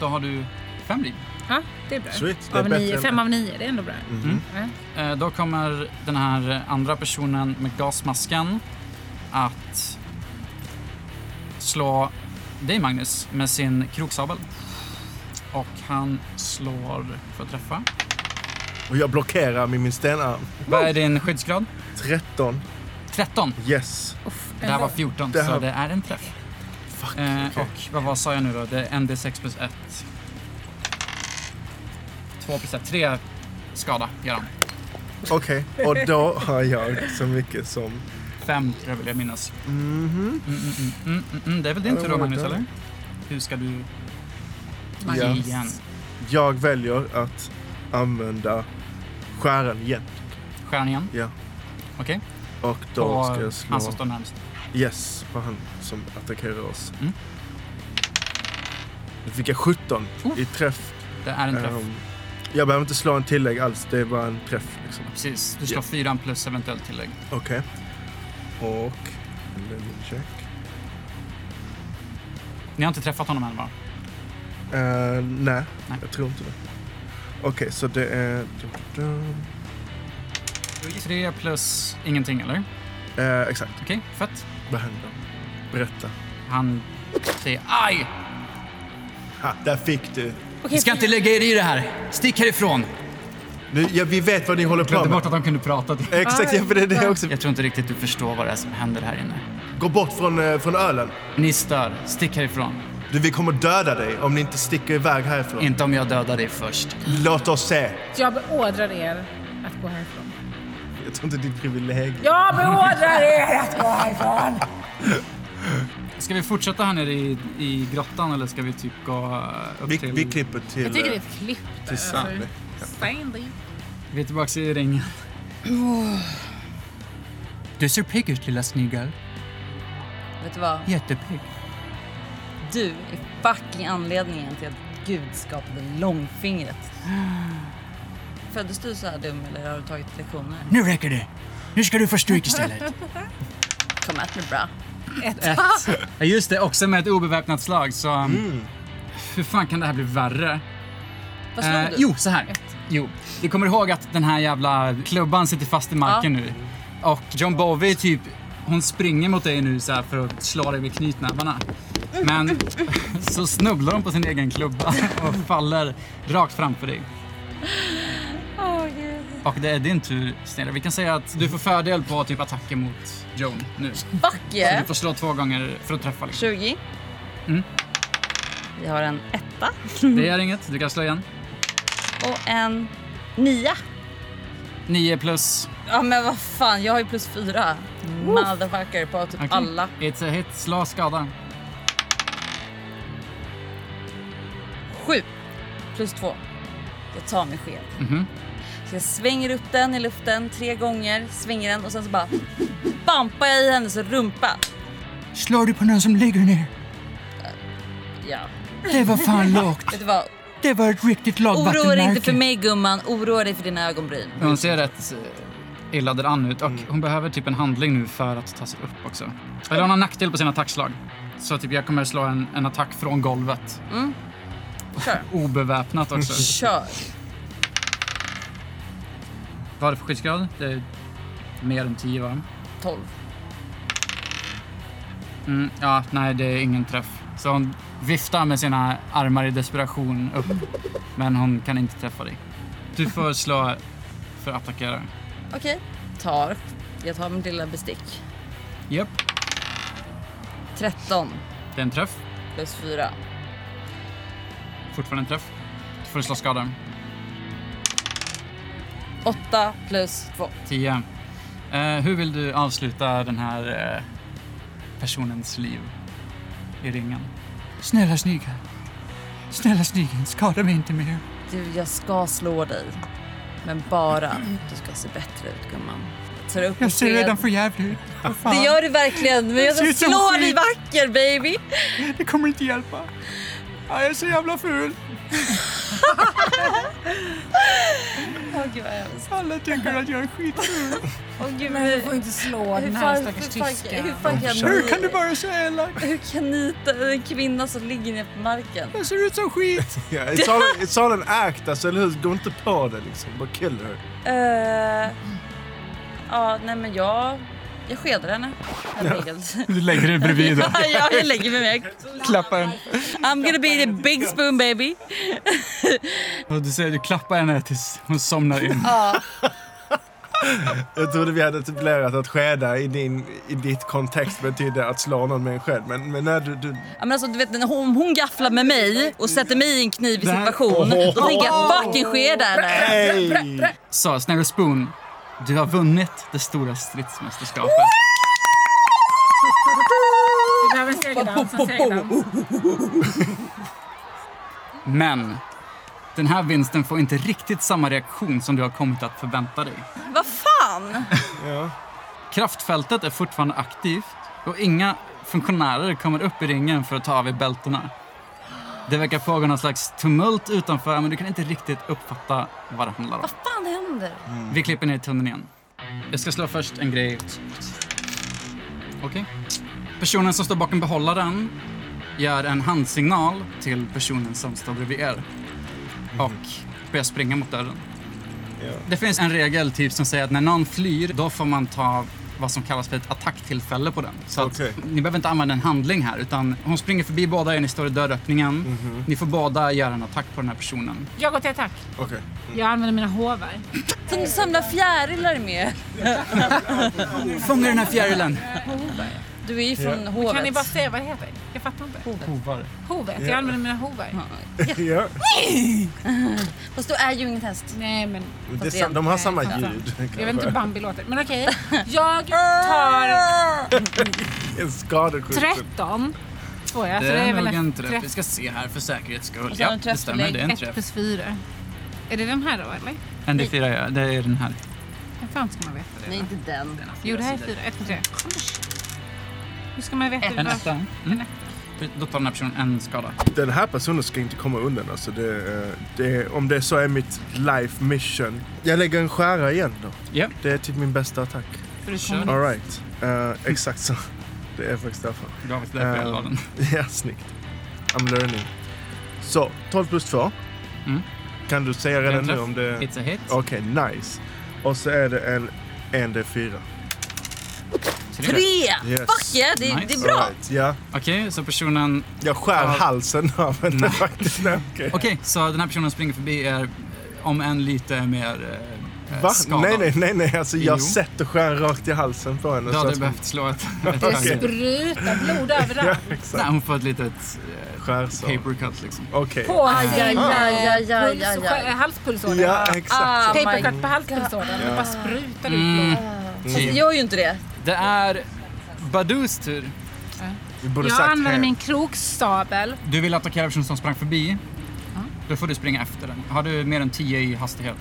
Speaker 4: Då har du fem liv.
Speaker 6: Ja, det är bra.
Speaker 4: Sweet, det är
Speaker 6: av
Speaker 4: bättre
Speaker 6: nio,
Speaker 4: än-
Speaker 6: fem av nio, det är ändå bra.
Speaker 4: Mhm.
Speaker 6: Ja.
Speaker 4: Eh, Då kommer den här andra personen med gasmasken att slå dig Magnus med sin kroksabel. Och han slår för att träffa.
Speaker 2: Och jag blockerar med min stenarm.
Speaker 4: Vad är din skyddsgrad?
Speaker 2: 13.
Speaker 4: 13?
Speaker 2: Yes.
Speaker 4: Det här var 14,
Speaker 2: Det här-
Speaker 4: så det är en träff. eh, Och vad, vad sa jag nu då? Det är ND6 plus 1. 2 plus 1. 3 skada gör han.
Speaker 2: Okej, och då har jag så mycket som...
Speaker 4: Fem tror jag vill jag minnas.
Speaker 2: Mhm.
Speaker 4: Mm, mm, mm, mm, mm, mm. Det är väl din
Speaker 2: Ja,
Speaker 4: tur
Speaker 2: det
Speaker 4: då
Speaker 2: var
Speaker 4: Magnus,
Speaker 2: det.
Speaker 4: eller? Hur ska du...
Speaker 2: Ja.
Speaker 4: Igen.
Speaker 2: Jag väljer att använda skäran igen.
Speaker 4: Skäran igen?
Speaker 2: Ja.
Speaker 4: Okej.
Speaker 2: Och då
Speaker 4: På
Speaker 2: ska jag slå...
Speaker 4: han som står närmst.
Speaker 2: Yes, på han som attackerar oss.
Speaker 4: Mm.
Speaker 2: Nu fick jag 17 i träff.
Speaker 4: Det är en träff.
Speaker 2: Ehm, jag behöver inte slå en tillägg alls, det är bara en träff. Liksom.
Speaker 4: Precis. Du slår fyran plus eventuellt tillägg.
Speaker 2: Okej. Och... Let me check.
Speaker 4: Ni har inte träffat honom än va?
Speaker 2: Eh, nej, jag tror inte det. Okej, så det är... Du, du,
Speaker 4: Tre plus ingenting eller?
Speaker 2: du. Eh, exakt.
Speaker 4: Okej, fett.
Speaker 2: Vad händer? Berätta.
Speaker 4: Han säger aj!
Speaker 2: Ha, där fick du.
Speaker 4: Ni ska inte lägga er i det här! Stick härifrån!
Speaker 2: Nu, ja, vi vet vad ni håller på
Speaker 4: glömde
Speaker 2: med.
Speaker 4: bort att de kunde prata.
Speaker 2: Exakt, ja, för det är det också.
Speaker 4: Jag tror inte riktigt du förstår vad det är som händer här inne.
Speaker 2: Gå bort från, eh, från ölen.
Speaker 4: Ni stör. Stick härifrån.
Speaker 2: Du, vi kommer döda dig om ni inte sticker iväg härifrån.
Speaker 4: Inte om jag dödar dig först.
Speaker 2: Låt oss se.
Speaker 6: Jag beordrar er att gå härifrån.
Speaker 2: Jag tror inte det är ditt privilegium.
Speaker 6: Jag beordrar er att gå härifrån!
Speaker 4: Ska vi fortsätta här nere i, i grottan eller ska vi typ gå eh, upp till...
Speaker 2: Vi klipper till...
Speaker 6: Jag tycker Alltså, det är ett klipp.
Speaker 2: till Sandy.
Speaker 6: Stanley.
Speaker 4: Vi är tillbaka i ringen.
Speaker 26: Du ser pigg ut lilla snigel.
Speaker 5: Vet du vad?
Speaker 4: Jättepigg.
Speaker 5: Du är fucking anledningen till att Gud skapade långfingret. Föddes du så här dum eller har du tagit lektioner?
Speaker 15: Nu räcker det. Nu ska du få stryk istället.
Speaker 5: Kom at me bra.
Speaker 4: Ett. Ja, just det, också med ett obeväpnat slag så... mm. Hur fan kan det här bli värre?
Speaker 5: Vad slog du?
Speaker 4: Eh, jo, så här. Jo. Ni kommer ihåg att den här jävla klubban sitter fast i marken nu. Och John Bowie är typ... Hon springer mot dig nu så här för att slå dig med knytnävarna. Men så snubblar hon på sin egen klubba och faller rakt framför dig.
Speaker 5: Åh gud.
Speaker 4: Och det är din tur, Sneda. Vi kan säga att du får fördel på typ attacker mot Joan nu.
Speaker 5: Fuck
Speaker 4: Så
Speaker 5: yeah.
Speaker 4: du får slå två gånger för att träffa. Liksom.
Speaker 5: 20.
Speaker 4: Mm.
Speaker 5: Vi har en etta.
Speaker 4: Det gör inget, du kan slå igen.
Speaker 5: Och en nia.
Speaker 4: 9 plus.
Speaker 5: Ja men vad fan, jag har ju plus fyra. Motherfucker på typ
Speaker 4: Okej.
Speaker 5: alla.
Speaker 4: It's a hit, slå skada.
Speaker 5: Sju. Plus två. Jag tar min sked.
Speaker 4: Mhm.
Speaker 5: Så jag svänger upp den i luften tre gånger, svänger den och sen så bara bampar jag i hennes rumpa.
Speaker 15: Slår du på någon som ligger ner?
Speaker 5: Ja.
Speaker 15: Det var fan lågt.
Speaker 5: Vet du vad?
Speaker 15: Det var ett riktigt
Speaker 5: Oroa dig
Speaker 15: lågvattenmärke.
Speaker 5: inte för mig gumman, oroa dig för dina ögonbryn.
Speaker 4: Hon ser rätt eh, illa däran ut och
Speaker 5: Mm.
Speaker 4: hon behöver typ en handling nu för att ta sig upp också. Eller hon har nackdel på sina attackslag. Så typ jag kommer slå en, en attack från golvet.
Speaker 5: Mm. Kör.
Speaker 4: Obeväpnat också.
Speaker 5: Kör.
Speaker 4: Vad är det för skyddsgrad? Det är mer än 10 va?
Speaker 5: 12.
Speaker 4: Mm, ja, nej det är ingen träff. Så hon viftar med sina armar i desperation upp. Men hon kan inte träffa dig. Du får slå för att attackera.
Speaker 5: Okej. Tar. Jag tar mitt lilla bestick.
Speaker 4: Japp,
Speaker 5: 13
Speaker 4: det är en träff.
Speaker 5: plus 4.
Speaker 4: Fortfarande en träff. Du får slå skada.
Speaker 5: 8 plus 2.
Speaker 4: 10. Eh, hur vill du avsluta den här eh, personens liv i ringen?
Speaker 15: Snälla snigeln. Snälla snigeln, skada mig inte mer.
Speaker 5: Du, jag ska slå dig. Men bara du ska se bättre ut gumman. Jag tar upp
Speaker 15: Jag
Speaker 5: en
Speaker 15: ser
Speaker 5: sked.
Speaker 15: redan för jävligt ut. Vad fan?
Speaker 5: Det gör du verkligen, men jag
Speaker 15: ser
Speaker 5: ska
Speaker 15: ut som
Speaker 5: slå
Speaker 15: skit.
Speaker 5: dig vacker baby.
Speaker 15: Det kommer inte hjälpa. Ja, jag är så jävla ful.
Speaker 5: Åh gud vad hemskt.
Speaker 15: Alla tycker att jag är skitful.
Speaker 5: Åh gud.
Speaker 27: Men vi får inte slå
Speaker 5: Hur
Speaker 27: den här
Speaker 5: fan-
Speaker 27: stackars
Speaker 5: hur fan-
Speaker 27: tysken.
Speaker 5: Hur fan kan
Speaker 15: Hur
Speaker 5: ni-
Speaker 15: kan du vara så elak?
Speaker 5: Hur kan ni ta en kvinna som ligger ner på marken?
Speaker 15: Jag ser ut som skit.
Speaker 2: Yeah, it's, all, it's all an act, alltså, eller hur? Gå inte på det liksom. Bara kill her.
Speaker 5: Eh, ja, nej men jag... Jag skedar henne helt enkelt.
Speaker 4: Du lägger dig bredvid då.
Speaker 5: ja, jag lägger mig med.
Speaker 4: Klappar en.
Speaker 5: I'm gonna be the big spoon baby.
Speaker 4: Och du säger du klappar henne tills hon somnar in.
Speaker 5: Ja.
Speaker 2: Jag trodde vi hade etablerat att skäda i, din, i ditt kontext betyder att slå någon med en sked. Men, men när du... du
Speaker 5: Ja, men alltså, du vet, när hon, hon gafflar med mig och sätter mig i en knivig
Speaker 2: Där-
Speaker 5: situation, då
Speaker 2: Åh.
Speaker 5: tänker jag fucking skeda henne.
Speaker 4: Så, Snare Spoon, du har vunnit det stora stridsmästerskapet.
Speaker 28: Vi behöver en segerdans, en segerdans.
Speaker 4: Men den här vinsten får inte riktigt samma reaktion som du har kommit att förvänta dig.
Speaker 5: Vad fan?
Speaker 4: Kraftfältet är fortfarande aktivt och inga funktionärer kommer upp i ringen för att ta av er bältena. Det verkar pågå någon slags tumult utanför men du kan inte riktigt uppfatta vad det handlar om.
Speaker 5: Vad fan händer?
Speaker 4: Vi klipper ner tunneln igen. Jag ska slå först en grej. Okej. Personen som står bakom behållaren gör en handsignal till personen som står bredvid er och börjar springa mot dörren. Det finns en regel typ som säger att när någon flyr, då får man ta vad som kallas för ett attacktillfälle på den. Så att ni behöver inte använda en handling här, utan hon springer förbi båda er, ni står i dörröppningen. Ni får båda göra en attack på den här personen.
Speaker 6: Jag går till attack.
Speaker 2: Okej.
Speaker 6: Jag använder mina hovar.
Speaker 5: Som du samlar fjärilar med.
Speaker 4: Fånga den här fjärilen!
Speaker 5: Du är ju från
Speaker 4: Ja.
Speaker 5: hovet.
Speaker 6: Kan ni bara säga vad det heter? Jag fattar inte.
Speaker 4: Hovar.
Speaker 6: Hovet.
Speaker 4: Ja.
Speaker 6: Jag använder mina hovar.
Speaker 2: ja.
Speaker 5: Fast du är ju ingen häst.
Speaker 6: Nej, men...
Speaker 2: Det är sa- de har samma
Speaker 6: Nej,
Speaker 2: ljud.
Speaker 6: Jag vet inte hur Bambi låter. Men okej. Jag tar
Speaker 2: En skadeskjuten.
Speaker 6: 13. Får jag.
Speaker 4: Det
Speaker 6: så Alltså, det
Speaker 4: är
Speaker 6: är väl
Speaker 4: nog
Speaker 6: en
Speaker 4: en träff. Vi
Speaker 6: träff.
Speaker 4: ska se här för säkerhets skull.
Speaker 6: Och så har
Speaker 4: Ja,
Speaker 6: en
Speaker 4: det stämmer.
Speaker 6: träfftillägg.
Speaker 4: Det är en
Speaker 6: Ett
Speaker 4: träff.
Speaker 6: plus fyra. Är det den här då eller?
Speaker 4: En D4, ja. Det är den här.
Speaker 6: Hur fan ska man veta det?
Speaker 29: Nej, inte den.
Speaker 6: Jo, det här är fyra. Ett, tre. Hur ska man veta?
Speaker 4: En
Speaker 6: vad-
Speaker 4: etta. Mm. Då tar den här personen en skada.
Speaker 2: Den här personen ska inte komma undan. Alltså det, eh, det, om det så är mitt life mission. Jag lägger en skära igen då. Det är typ min bästa attack.
Speaker 6: För du kommer
Speaker 2: All
Speaker 6: dit.
Speaker 2: right. Eh, exakt så. Det är faktiskt därför.
Speaker 4: Det var faktiskt därför
Speaker 2: Eh,
Speaker 4: jag la den.
Speaker 2: Ja, snyggt. I'm learning. Så, 12 plus 2. Kan du säga
Speaker 4: Det är en
Speaker 2: redan nu
Speaker 4: Mm. träff.
Speaker 2: om det...
Speaker 4: It's a hit.
Speaker 2: Okej, nice. Och så är det en, en D4.
Speaker 5: Tre!
Speaker 2: Yes.
Speaker 5: Fuck yeah, det, det är bra.
Speaker 2: Alright, ja.
Speaker 4: Okej, så personen...
Speaker 2: Jag skär halsen av henne faktiskt. Nej, Okej,
Speaker 4: så den här personen springer förbi är eh, om än lite mer eh,
Speaker 2: Va?
Speaker 4: skadad.
Speaker 2: Nej, nej, nej, nej. Alltså, jag
Speaker 4: Jo.
Speaker 2: sätter skär rakt i halsen på henne.
Speaker 4: Då hade
Speaker 2: så
Speaker 4: du
Speaker 2: att-
Speaker 4: behövt slå ett... ett
Speaker 2: Okej.
Speaker 4: skär.
Speaker 6: Spruta blod
Speaker 2: Ja,
Speaker 6: överallt.
Speaker 4: Nej,
Speaker 2: exakt.
Speaker 4: hon får ett litet eh, paper cut liksom.
Speaker 2: Okej.
Speaker 6: På
Speaker 29: Aj, aj, aj, aj, aj,
Speaker 6: Puls-
Speaker 29: aj, aj.
Speaker 6: halspulsådern.
Speaker 29: Ja, exakt. Ah, my
Speaker 6: Papercut på halspulsådern.
Speaker 4: God.
Speaker 6: Det bara sprutar ut
Speaker 4: Mm.
Speaker 6: blod.
Speaker 4: Mm.
Speaker 29: Jag gör ju inte det.
Speaker 4: Det är Badus tur.
Speaker 2: Vi
Speaker 6: Jag använder min kroksabel.
Speaker 4: Du vill attackera personen som sprang förbi. Då får du springa efter den. Har du mer än 10 i hastighet?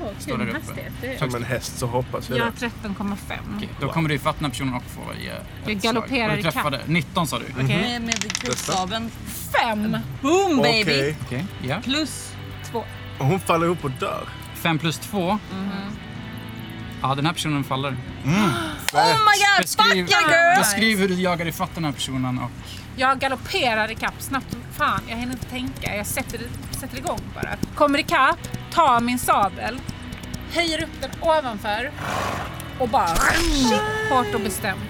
Speaker 6: Åh,
Speaker 4: Står där
Speaker 6: kul
Speaker 4: uppe.
Speaker 6: hastighet. Det- Mm.
Speaker 4: Som en
Speaker 2: häst så hoppas
Speaker 6: Jag har 13,5.
Speaker 4: Okej, då
Speaker 6: Wow.
Speaker 4: kommer du ifatt den här personen och får ge ett
Speaker 6: Jag
Speaker 4: slag.
Speaker 6: galopperar
Speaker 4: Och du träffade.
Speaker 6: ikapp.
Speaker 4: 19 sa du.
Speaker 6: Okej. Med-
Speaker 29: med
Speaker 6: kroksabeln. Fem!
Speaker 29: Boom
Speaker 4: Okej.
Speaker 29: baby!
Speaker 4: Okej, ja.
Speaker 29: Plus
Speaker 6: två.
Speaker 2: Hon faller ihop och dör.
Speaker 4: 5 plus 2. Ja, den här personen faller.
Speaker 29: Oh my god,
Speaker 4: Beskriv,
Speaker 29: fuck yeah girl!
Speaker 4: beskriv hur du jagar ifatt den här personen och
Speaker 6: Jag galopperar ikapp snabbt som fan. Jag hinner inte tänka. Jag sätter, sätter igång bara. Kommer ikapp, tar min sabel, höjer upp den ovanför och bara shit, hårt och bestämt.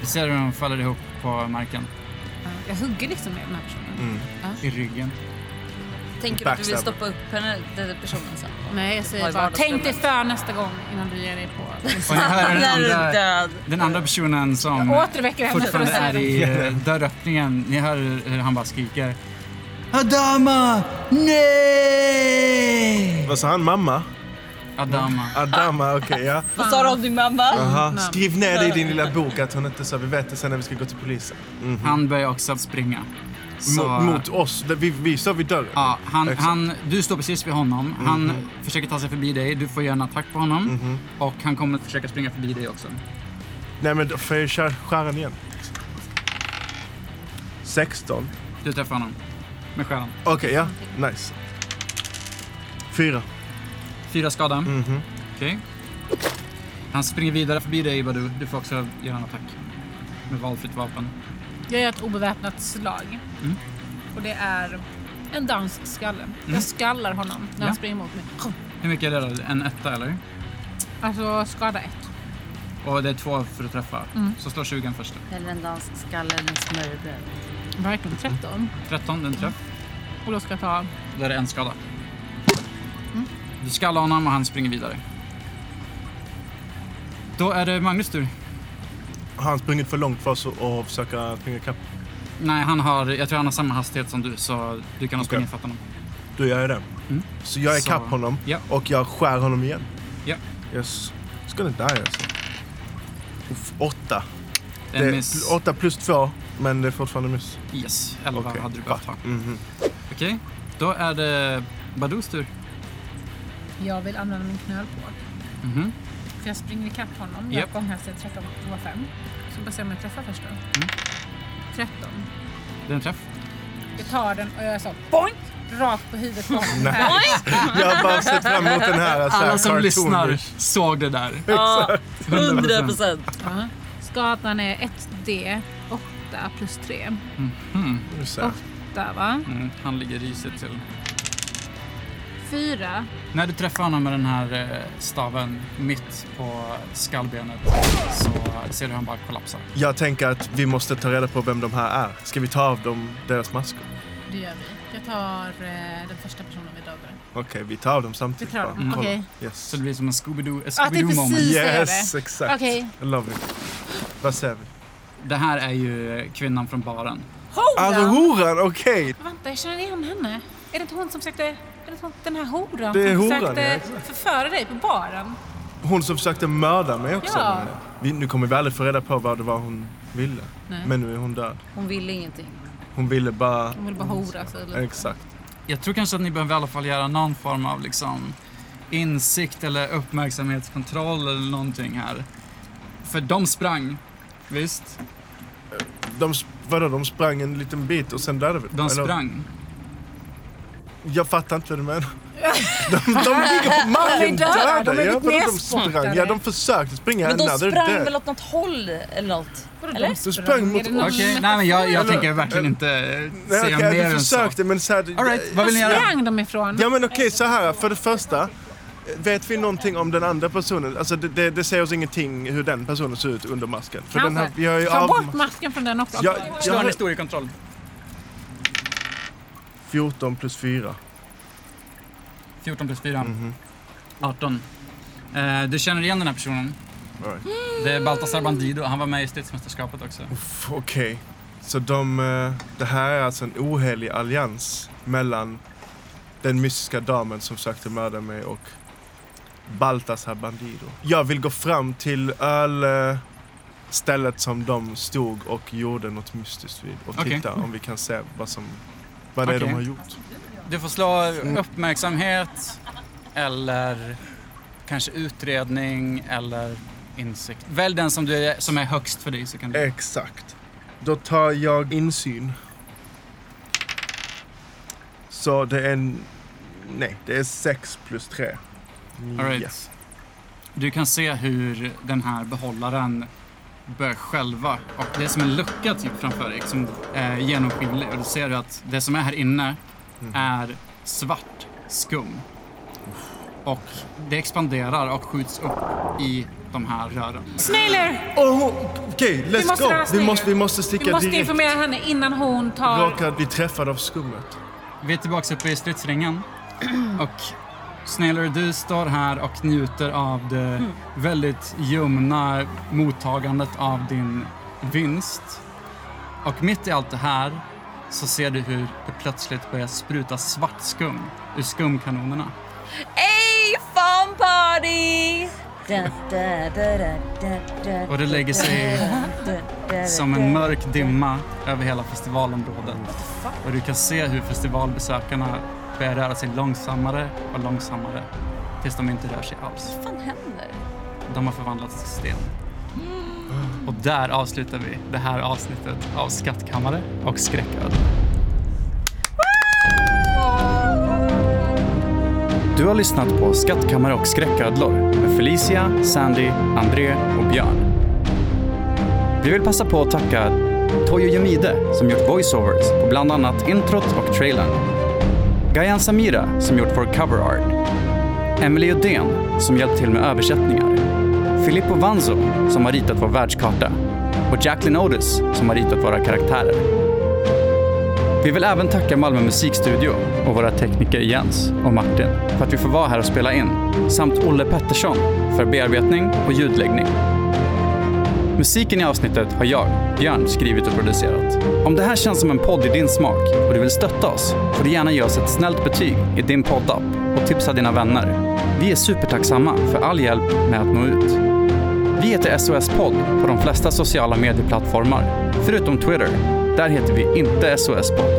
Speaker 4: Du ser hur de faller ihop på marken.
Speaker 6: Jag hugger liksom med den här personen.
Speaker 4: Mm. I ryggen.
Speaker 5: Tänker du att du vill
Speaker 4: Backstab.
Speaker 5: stoppa upp henne, den där personen sen?
Speaker 6: Nej, jag
Speaker 5: Har
Speaker 6: säger
Speaker 5: i
Speaker 6: bara
Speaker 5: vardagsrummet.
Speaker 6: tänk dig för nästa gång innan du ger dig på.
Speaker 4: Och ni hör den
Speaker 6: När du är
Speaker 4: andra,
Speaker 6: död.
Speaker 4: den andra personen som
Speaker 6: Jag återväcker henne
Speaker 4: fortfarande
Speaker 6: för att
Speaker 4: är
Speaker 6: säga
Speaker 4: i
Speaker 6: det.
Speaker 4: eh, dörröppningen. Ni hör hur han bara skriker.
Speaker 25: Adama! Nej!
Speaker 2: Vad sa han? Mamma?
Speaker 4: Adama.
Speaker 2: Adama, okej ja.
Speaker 29: Vad sa du om din mamma?
Speaker 2: Aha. Skriv ner det i din lilla bok att hon inte sa. Vi vet det sen när vi ska gå till polisen. Mhm.
Speaker 4: Han börjar också springa.
Speaker 2: Mot, mot oss? Vi, vi står vid dörren?
Speaker 4: Ja, han,
Speaker 2: Exakt.
Speaker 4: han, du står precis vid honom. Han
Speaker 2: Mhm.
Speaker 4: försöker ta sig förbi dig. Du får göra en attack på honom. Och han kommer att försöka springa förbi dig också.
Speaker 2: Nej men då får jag köra skäran igen. 16.
Speaker 4: Du träffar honom. Med skäran.
Speaker 2: Okej, ja. Nice. Fyra.
Speaker 4: Fyra skada.
Speaker 2: Mhm.
Speaker 4: Okej. Han springer vidare förbi dig, Badu. Du får också göra en attack. Med valfritt vapen.
Speaker 6: Jag gör ett obeväpnat slag.
Speaker 4: Mm.
Speaker 6: Och det är en dansk skalle.
Speaker 4: Mm.
Speaker 6: Jag skallar honom när
Speaker 4: Ja.
Speaker 6: han springer mot mig.
Speaker 4: Hur mycket är det? då? En etta, eller?
Speaker 6: Alltså skada ett.
Speaker 4: Och det är två för att träffa.
Speaker 6: Mm.
Speaker 4: Så slår 20 först.
Speaker 5: Hellre en dansk skalle än en smörrebröd.
Speaker 6: Verkligen 13.
Speaker 4: 13, den träff.
Speaker 6: Och då ska jag ta...
Speaker 4: Då är det en skada. Du skallar honom och han springer vidare. Då är det Magnus tur.
Speaker 2: Har han sprungit för långt för oss att- att försöka springa ikapp?
Speaker 4: Nej, han har, jag tror han har samma hastighet som du, så du kan nog springa ifatt honom.
Speaker 2: Då gör jag det. Så jag är
Speaker 4: Mm. Så-
Speaker 2: ikapp honom och jag skär honom igen.
Speaker 4: Ja.
Speaker 2: Yes. Skulle inte die alltså. Uff, åtta.
Speaker 4: En
Speaker 2: Det är
Speaker 4: miss.
Speaker 2: pl- Åtta plus två, men det är fortfarande miss.
Speaker 4: Yes, 11
Speaker 2: Okej. Mhm.
Speaker 4: hade du behövt ha. Okej, då är det Badous tur.
Speaker 6: Jag vill använda min knölpål.
Speaker 4: Mhm.
Speaker 6: För jag springer ikapp honom. Jag
Speaker 4: Japp.
Speaker 6: har gånghastighet 13 på 5. Så bara se om jag träffar först då.
Speaker 2: Mm.
Speaker 6: 13.
Speaker 4: Det är en träff.
Speaker 6: Jag tar den och jag så boink! Rakt på huvudet på honom.
Speaker 4: Nice. Jag har bara sett fram emot den här,
Speaker 2: alltså,
Speaker 4: så här,
Speaker 2: Äh,
Speaker 4: Alla som cartoon. lyssnar såg det där.
Speaker 6: Ja,
Speaker 4: Exakt. 100%.
Speaker 6: Ja. Skadan är 1D, 8 plus 3.
Speaker 4: Mm.
Speaker 6: 8 va?
Speaker 4: Mm, han ligger risigt till.
Speaker 6: 4.
Speaker 4: När du träffar honom med den här eh, staven mitt på skallbenet så ser du hur han bara kollapsar.
Speaker 2: Jag tänker att vi måste ta reda på vem de här är. Ska vi ta av dem deras masker?
Speaker 6: Det gör vi. Jag tar eh, den första personen vi dödar.
Speaker 2: Okej, vi tar av dem samtidigt.
Speaker 6: Vi tar
Speaker 2: bara.
Speaker 6: dem,
Speaker 2: Mm. Kolla.
Speaker 6: okej.
Speaker 2: Yes. Så
Speaker 4: Ah, det blir som en Scooby-Doo
Speaker 6: Ja, det är precis moment. det är
Speaker 2: Yes,
Speaker 6: det.
Speaker 2: exakt.
Speaker 6: Okej.
Speaker 2: I love it. Vad säger vi?
Speaker 4: Det här är ju kvinnan från baren.
Speaker 6: Horan!
Speaker 2: Alltså horan, okej.
Speaker 6: Vänta, jag känner igen henne. Är det inte hon som försökte... Är det inte hon, den här horan
Speaker 2: Det är
Speaker 6: som
Speaker 2: horan,
Speaker 6: försökte
Speaker 2: ja, exakt.
Speaker 6: förföra dig på baren?
Speaker 2: Hon som försökte mörda mig också.
Speaker 6: Ja.
Speaker 2: Vi, nu kommer vi aldrig få reda på vad det var hon ville.
Speaker 6: Nej.
Speaker 2: Men nu är hon död.
Speaker 5: Hon ville ingenting.
Speaker 2: Hon ville bara...
Speaker 6: Hon vill bara hora sig. lite.
Speaker 2: Exakt.
Speaker 4: Jag tror kanske att ni behöver i alla fall göra någon form av liksom insikt eller uppmärksamhetskontroll eller någonting här. För de sprang, visst?
Speaker 2: De, sp- vadå, de sprang en liten bit och sen dödade vi dem,
Speaker 4: De
Speaker 2: eller?
Speaker 4: sprang.
Speaker 2: Jag fattar inte vad du menar. De, de ligger på marken
Speaker 5: De är döda, de är
Speaker 2: Ja, vadå, de
Speaker 5: nedspottade.
Speaker 2: sprang. Ja, de försökte springa
Speaker 5: Men de
Speaker 2: another
Speaker 5: sprang
Speaker 2: dead.
Speaker 5: väl åt något håll eller något? Eller?
Speaker 2: De sprang mot
Speaker 4: Okej, nej men jag, jag tänker verkligen inte
Speaker 2: Nej,
Speaker 4: säga
Speaker 2: okej,
Speaker 4: mer
Speaker 2: vi
Speaker 4: än så.
Speaker 2: försökte men så här, alltså,
Speaker 4: All right, vad vill ni göra? Var
Speaker 6: sprang de ifrån?
Speaker 2: Ja men okej, så här. För det första, vet vi någonting om den andra personen? Alltså det, det, det säger oss ingenting hur den personen ser ut under masken. För den här, vi har ju
Speaker 6: Ta
Speaker 2: av...
Speaker 6: bort masken från den också.
Speaker 2: Jag- jag-
Speaker 4: Slå en historiekontroll.
Speaker 2: 14 plus 4.
Speaker 4: 14 plus 4.
Speaker 2: Mhm.
Speaker 4: 18. Eh, du känner igen den här personen. Det är Baltasar Bandido. Han var med i stridsmästerskapet också.
Speaker 2: Uff, Okej. Så de, eh, det här är alltså en ohelig allians mellan den mystiska damen som försökte mörda mig och Baltasar Bandido. Jag vill gå fram till ölstället som de stod och gjorde något mystiskt vid och
Speaker 4: Okej.
Speaker 2: titta om vi kan se vad, som, vad det är de
Speaker 4: Okej.
Speaker 2: har gjort.
Speaker 4: Du får slå uppmärksamhet eller kanske utredning eller insikt. Välj den som, du är, som är högst för dig så kan du...
Speaker 2: Eh. Exakt. Då tar jag insyn. Så det är en... Nej, det är 6 plus 3.
Speaker 4: All right. Du kan se hur den här behållaren börjar själva och det är som en lucka typ framför dig som är genomskinlig och du ser att det som är här inne är svart skum. Och det expanderar och skjuts upp i de här rören.
Speaker 6: Snailer!
Speaker 2: Okej,
Speaker 6: Vi
Speaker 2: let's
Speaker 6: måste
Speaker 2: go!
Speaker 6: röra oss
Speaker 2: Vi
Speaker 6: ner.
Speaker 2: måste, vi måste
Speaker 6: Vi
Speaker 2: sticka
Speaker 6: måste
Speaker 2: direkt.
Speaker 6: informera henne innan hon tar...
Speaker 2: Råkar bli träffad av skummet.
Speaker 4: Vi är tillbaka uppe i stridsringen. Och Snailer, du står här och njuter av det väldigt ljumna mottagandet av din vinst. Och mitt i allt det här så ser du hur det plötsligt börjar spruta svart skum ur skumkanonerna.
Speaker 5: Ey, fun party!
Speaker 4: Och det lägger sig som en mörk dimma över hela festivalområdet. Och du kan se hur festivalbesökarna börjar röra sig långsammare och långsammare tills de inte rör sig alls.
Speaker 5: Vad fan händer?
Speaker 4: De har förvandlats till sten.
Speaker 5: Mm.
Speaker 4: Och där avslutar vi det här avsnittet av Skattkammare och skräcköd.
Speaker 30: Du har lyssnat på Skattkammare och skräcködlor med Felicia, Sandy, André och Björn. Vi vill passa på att tacka Toyo Yamide som gjort voiceovers på bland annat introt och trailern. Gayan Samira som gjort vår cover art. Emily Udén som hjälpt till med översättningar. Filippo Vanzo som har ritat vår världskarta. Och Jacqueline Otis som har ritat våra karaktärer. Vi vill även tacka Malmö Musikstudio och våra tekniker Jens och Martin för att vi får vara här och spela in, samt Olle Pettersson för bearbetning och ljudläggning. Musiken i avsnittet har jag, Björn, skrivit och producerat. Om det här känns som en podd i din smak och du vill stötta oss får du gärna ge oss ett snällt betyg i din poddapp och tipsa dina vänner. Vi är supertacksamma för all hjälp med att nå ut. Vi heter SOS-podd på de flesta sociala medieplattformar, förutom Twitter. Där heter vi inte SOS-podd.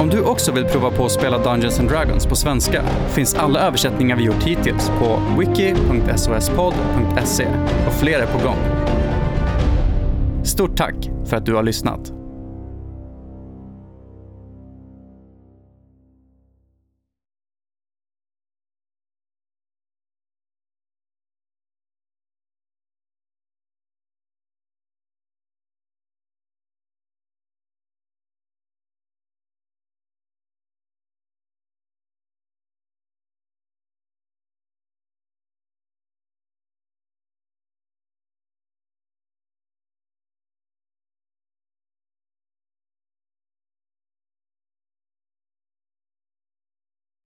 Speaker 30: Om du också vill prova på att spela Dungeons and Dragons på svenska finns alla översättningar vi gjort hittills på E. wiki.sospodd.se och fler är på gång. Stort tack för att du har lyssnat.